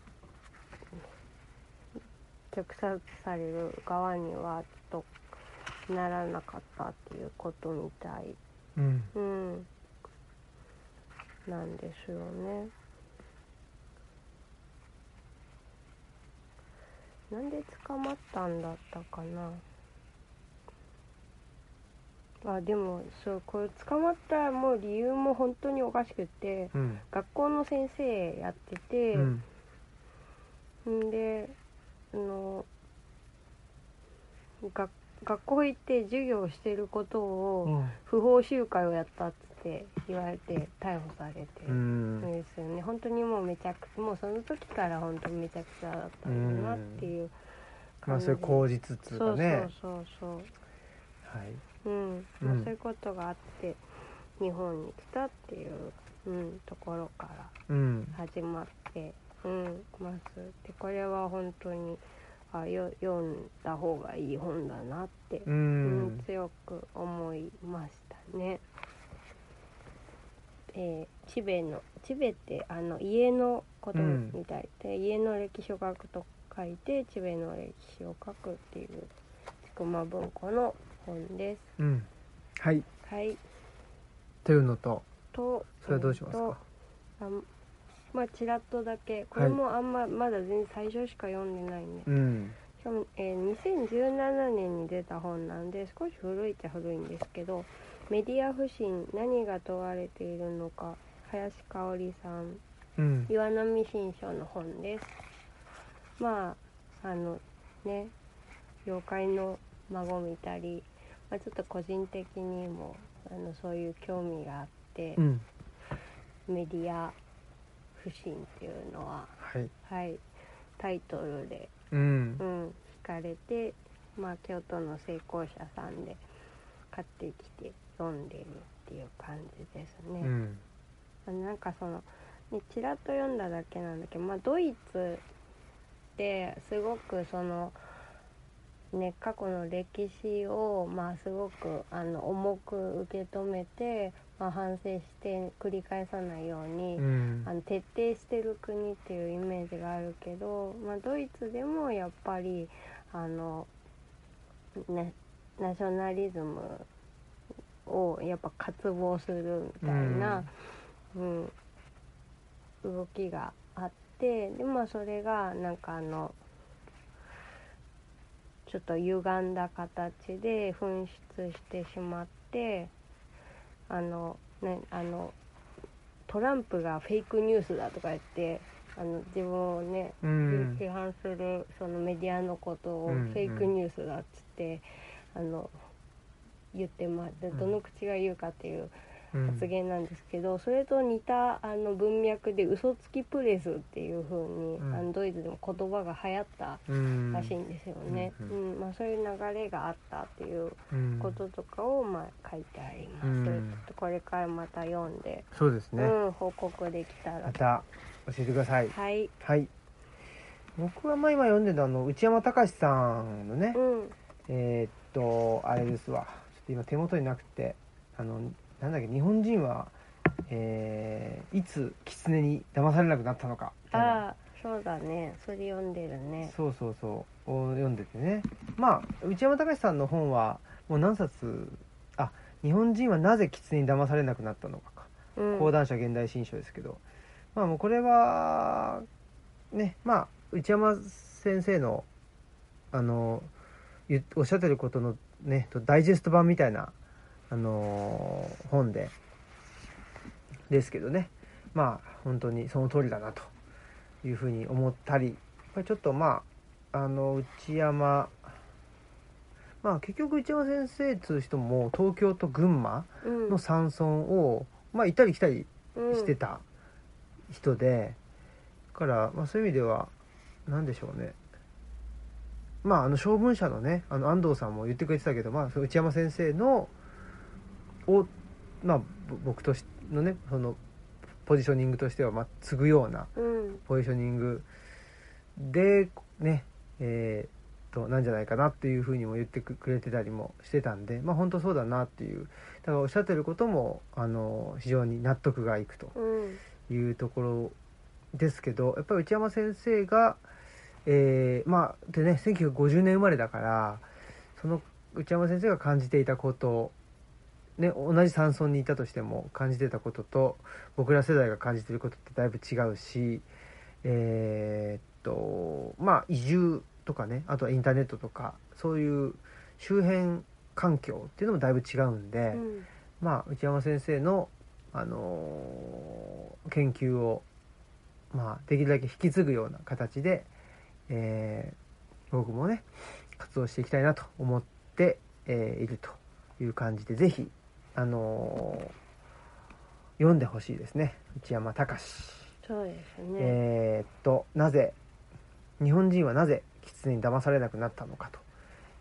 Speaker 2: 虐殺される側にはちょっとならなかったっていうことみたい、
Speaker 1: うん
Speaker 2: うん、なんですよね。なんで捕まったんだったかなあでもそうこれ捕まったもう理由も本当におかしくて
Speaker 1: うん
Speaker 2: 学校の先生やってて、
Speaker 1: うん
Speaker 2: んであのが学校行って授業してることを不法集会をやったっつって言われて逮捕されて
Speaker 1: う
Speaker 2: る
Speaker 1: ん
Speaker 2: んですよね本当にもうめちゃくもうその時から本当めちゃくちゃだったんだなっていう
Speaker 1: まあ
Speaker 2: 感じ
Speaker 1: それ講じつつ
Speaker 2: そ
Speaker 1: が
Speaker 2: う
Speaker 1: ね
Speaker 2: そうそう
Speaker 1: はい
Speaker 2: そううん、
Speaker 1: うん
Speaker 2: まあ、そういうことがあって日本に来たっていう、うん、ところから
Speaker 1: うん
Speaker 2: 始まって、うん、ますでこれは本当にあよ読んだ方がいい本だなって、
Speaker 1: う
Speaker 2: うん
Speaker 1: ん
Speaker 2: 強く思いましたね。えー、チベのチベってあの家のことみたいで、家の歴史を書くと書いてチベの歴史を書くっていう千曲文庫の本です。
Speaker 1: うんはい
Speaker 2: はい
Speaker 1: というのと
Speaker 2: と
Speaker 1: それはどうします
Speaker 2: うんと
Speaker 1: か
Speaker 2: あんまあちらっとだけこれもあんま、まだ全然最初しか読んでないん
Speaker 1: う
Speaker 2: で
Speaker 1: ん
Speaker 2: しかも、えー2017年に出た本なんで少し古いっちゃ古いんですけど「メディア不信何が問われているのか」林香織さん
Speaker 1: うん
Speaker 2: 岩波新書の本ですまああのね妖怪の孫見たり、まあ、ちょっと個人的にもあのそういう興味があって、
Speaker 1: うん
Speaker 2: メディア不信っていうのは、
Speaker 1: はい
Speaker 2: はい、タイトルで、
Speaker 1: うん
Speaker 2: うん、惹かれて、まあ、京都の成功者さんで買ってきて読んでるっていう感じです
Speaker 1: う
Speaker 2: ね。
Speaker 1: ん
Speaker 2: あなんかその、ね、ちらっと読んだだけなんだけど、まあ、ドイツってすごくその、ね、過去の歴史を、まあ、すごくあの重く受け止めて、まあ、反省して繰り返さないように、
Speaker 1: うん
Speaker 2: あの徹底してる国っていうイメージがあるけど、まあ、ドイツでもやっぱりあのナナショナリズムをやっぱ渇望するみたいな、うん動きがあってで、まあ、それがなんかあのちょっと歪んだ形で噴出してしまってあの、ね、あのトランプがフェイクニュースだとか言ってあの自分をね
Speaker 1: うん
Speaker 2: 批判するそのメディアのことを
Speaker 1: う
Speaker 2: フ
Speaker 1: んうん
Speaker 2: ェイクニュースだっつって、あの言ってまで
Speaker 1: うん
Speaker 2: どの口が言うかっていう
Speaker 1: うん
Speaker 2: 発言なんですけど、それと似たあの文脈で「嘘つきプレス」っていう風に、
Speaker 1: うん
Speaker 2: あのドイツでも言葉が流行った
Speaker 1: うん
Speaker 2: らしいんですよね、
Speaker 1: う
Speaker 2: うんん
Speaker 1: う
Speaker 2: まあ、そういう流れがあったっていう
Speaker 1: うん
Speaker 2: こととかをまあ書いてあります、
Speaker 1: うん
Speaker 2: ちょっとこれからまた読んで、
Speaker 1: そうですね
Speaker 2: うん、報告できたら
Speaker 1: また教えてください
Speaker 2: はい
Speaker 1: はい僕はまあ今読んでたあの内山隆さんのね、
Speaker 2: うん
Speaker 1: えーっとあれですわちょっと今手元になくてあのなんだっけ日本人は、えーいつ狐に騙されなくなったのかみたいな
Speaker 2: ああそうだねそれ読んでるね
Speaker 1: そうそうそうを読んでてねまあ内山隆さんの本はもう何冊あ日本人はなぜ狐に騙されなくなったのかか
Speaker 2: うん
Speaker 1: 講談社現代新書ですけど、まあもうこれはねまあ内山先生のあの言っおっしゃってることのねとダイジェスト版みたいなあのー本でですけどねまあ本当にその通りだなというふうに思ったりやっぱりちょっとまああの内山まあ結局内山先生っつう人も東京と群馬
Speaker 2: うん
Speaker 1: の山村を、まあ、行ったり来たり
Speaker 2: うん
Speaker 1: してた人で、だから、まあ、そういう意味では何でしょうねまああの小文社のねあの安藤さんも言ってくれてたけど、まあ、その内山先生のを、まあ、ぼ僕としのねそのポジショニングとしては、まあ、継ぐような
Speaker 2: うん
Speaker 1: ポジショニングでねえーっとなんじゃないかなっていうふうにも言ってくれてたりもしてたんでまあ本当そうだなっていうだからおっしゃってることもあの非常に納得がいくと
Speaker 2: うん
Speaker 1: いうところですけどやっぱり内山先生が、えーまあでね1950年生まれだからその内山先生が感じていたこと、ね、同じ山村にいたとしても感じてたことと僕ら世代が感じてることってだいぶ違うしえーっとまあ移住とかねあとはインターネットとかそういう周辺環境っていうのもだいぶ違うんで。
Speaker 2: うん
Speaker 1: まあ、内山先生の、あのー研究を、まあ、できるだけ引き継ぐような形で、えー僕もね活動していきたいなと思って、えーいるという感じでぜひ、あのー読んでほしいですね内山隆、
Speaker 2: そうですね
Speaker 1: えーっとなぜ日本人はなぜ狐に騙されなくなったのか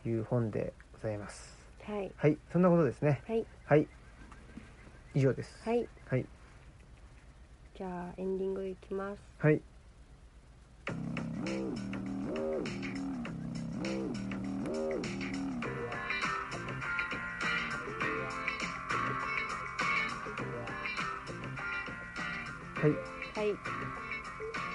Speaker 1: という本でございます。
Speaker 2: はい
Speaker 1: はい、そんなことですね。
Speaker 2: はい
Speaker 1: はい。以上です。
Speaker 2: はい
Speaker 1: はい。
Speaker 2: じゃあエンディングいきます
Speaker 1: はい。はい。
Speaker 2: はい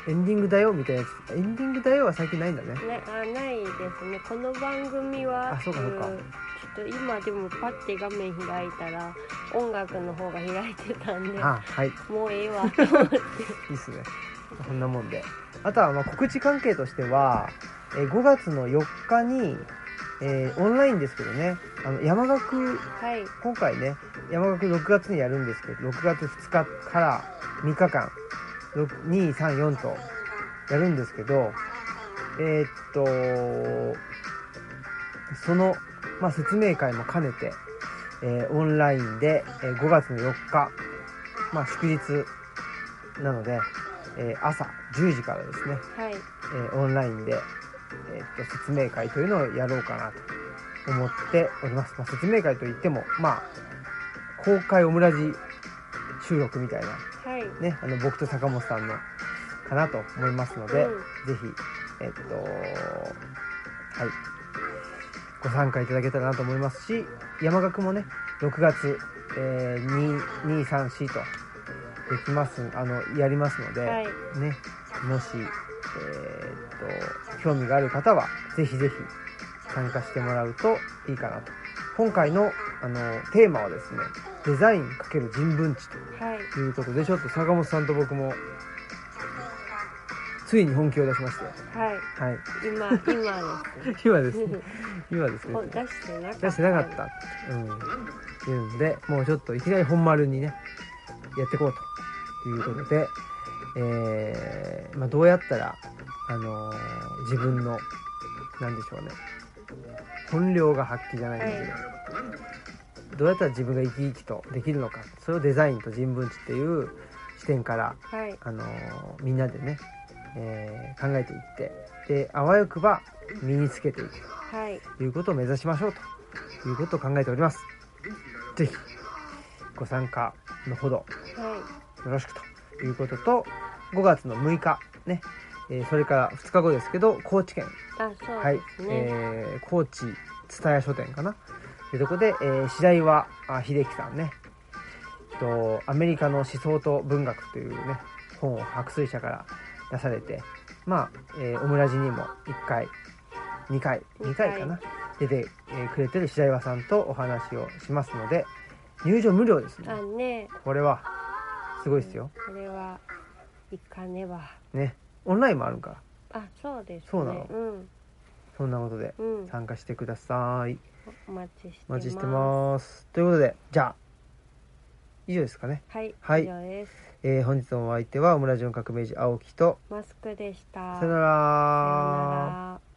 Speaker 1: エンディングだよみたいなやつ。エンディングだよは最近ないんだね。
Speaker 2: なあないですねこの番組は
Speaker 1: あそうかそうか
Speaker 2: んちょっと今でもパッて画面開いたら音楽の方が開いてたんで
Speaker 1: あ、はい。い
Speaker 2: もうええ わと思って
Speaker 1: いっすね。そんなもんで。あとは、まあ、告知関係としては、えー5月の4日に、えーオンラインですけどね、あの、山岳
Speaker 2: はい
Speaker 1: 今回ね山岳6月にやるんですけど6月2日から3日間234とやるんですけどえーっとその、まあ、説明会も兼ねて、えーオンラインで、えー5月の4日、まあ、祝日なので、えー朝10時からですね
Speaker 2: はい
Speaker 1: えーオンラインで、えーっと説明会というのをやろうかなと思っております、まあ、説明会といってもまあ公開オムラジ収録みたいな
Speaker 2: はい
Speaker 1: ねあの僕と坂本さんのかなと思いますので、
Speaker 2: うん
Speaker 1: ぜひえーっとはいご参加いただけたらなと思いますし山岳もね6月、えー、234とできますあのやりますので、
Speaker 2: はい
Speaker 1: ね、もし、えーっと興味がある方はぜひぜひ参加してもらうといいかなと今回のあのテーマはですねデザイン×人文知
Speaker 2: はい
Speaker 1: ということでちょっと坂本さんと僕もついに本気を出しまして
Speaker 2: はい
Speaker 1: はい
Speaker 2: 今今で
Speaker 1: 今ですすね今ですね
Speaker 2: ほ出してなかった
Speaker 1: 出してなかったうんっていうのでもうちょっといきなり本丸にねやっていこうということで、えーまあ、どうやったら、あのー自分のなんでしょうね本領が発揮じゃないんだけど、どうやったら自分が生き生きとできるのかそれをデザインと人文知っていう視点から
Speaker 2: はい
Speaker 1: あのーみんなでね、えー考えていってであわよくば身につけていく
Speaker 2: はい
Speaker 1: ということを目指しましょうということを考えておりますぜひご参加のほどよ
Speaker 2: はい
Speaker 1: ろしくということと5月の6日ね、ええーそれから2日後ですけど高知県
Speaker 2: あそ
Speaker 1: は
Speaker 2: う
Speaker 1: い
Speaker 2: で、すね、
Speaker 1: えー、高知蔦屋書店かなというとこで、えー、白岩あ秀樹さんね、えっとアメリカの思想と文学というね本を白水社から出されて、まあ、えーオムラジにも1回、2回、2回かな、出て、えーくれてる白岩さんとお話をしますので、入場無料ですね
Speaker 2: あ。ね
Speaker 1: これは、すごいですよ。
Speaker 2: これは行かねば
Speaker 1: ね。オンラインもあるから、
Speaker 2: あそうですね
Speaker 1: そうなの
Speaker 2: うん
Speaker 1: そんなことで
Speaker 2: うん
Speaker 1: 参加してください。
Speaker 2: お待ちして
Speaker 1: お
Speaker 2: ま
Speaker 1: 待
Speaker 2: す
Speaker 1: ちしてます。ということで、じゃあ、以上ですかね。
Speaker 2: はい、
Speaker 1: はい
Speaker 2: 以上です
Speaker 1: えー本日のお相手は、オムラジオン革命児青木と、
Speaker 2: マスクでした
Speaker 1: さよ
Speaker 2: さよ
Speaker 1: な
Speaker 2: う
Speaker 1: ら
Speaker 2: なら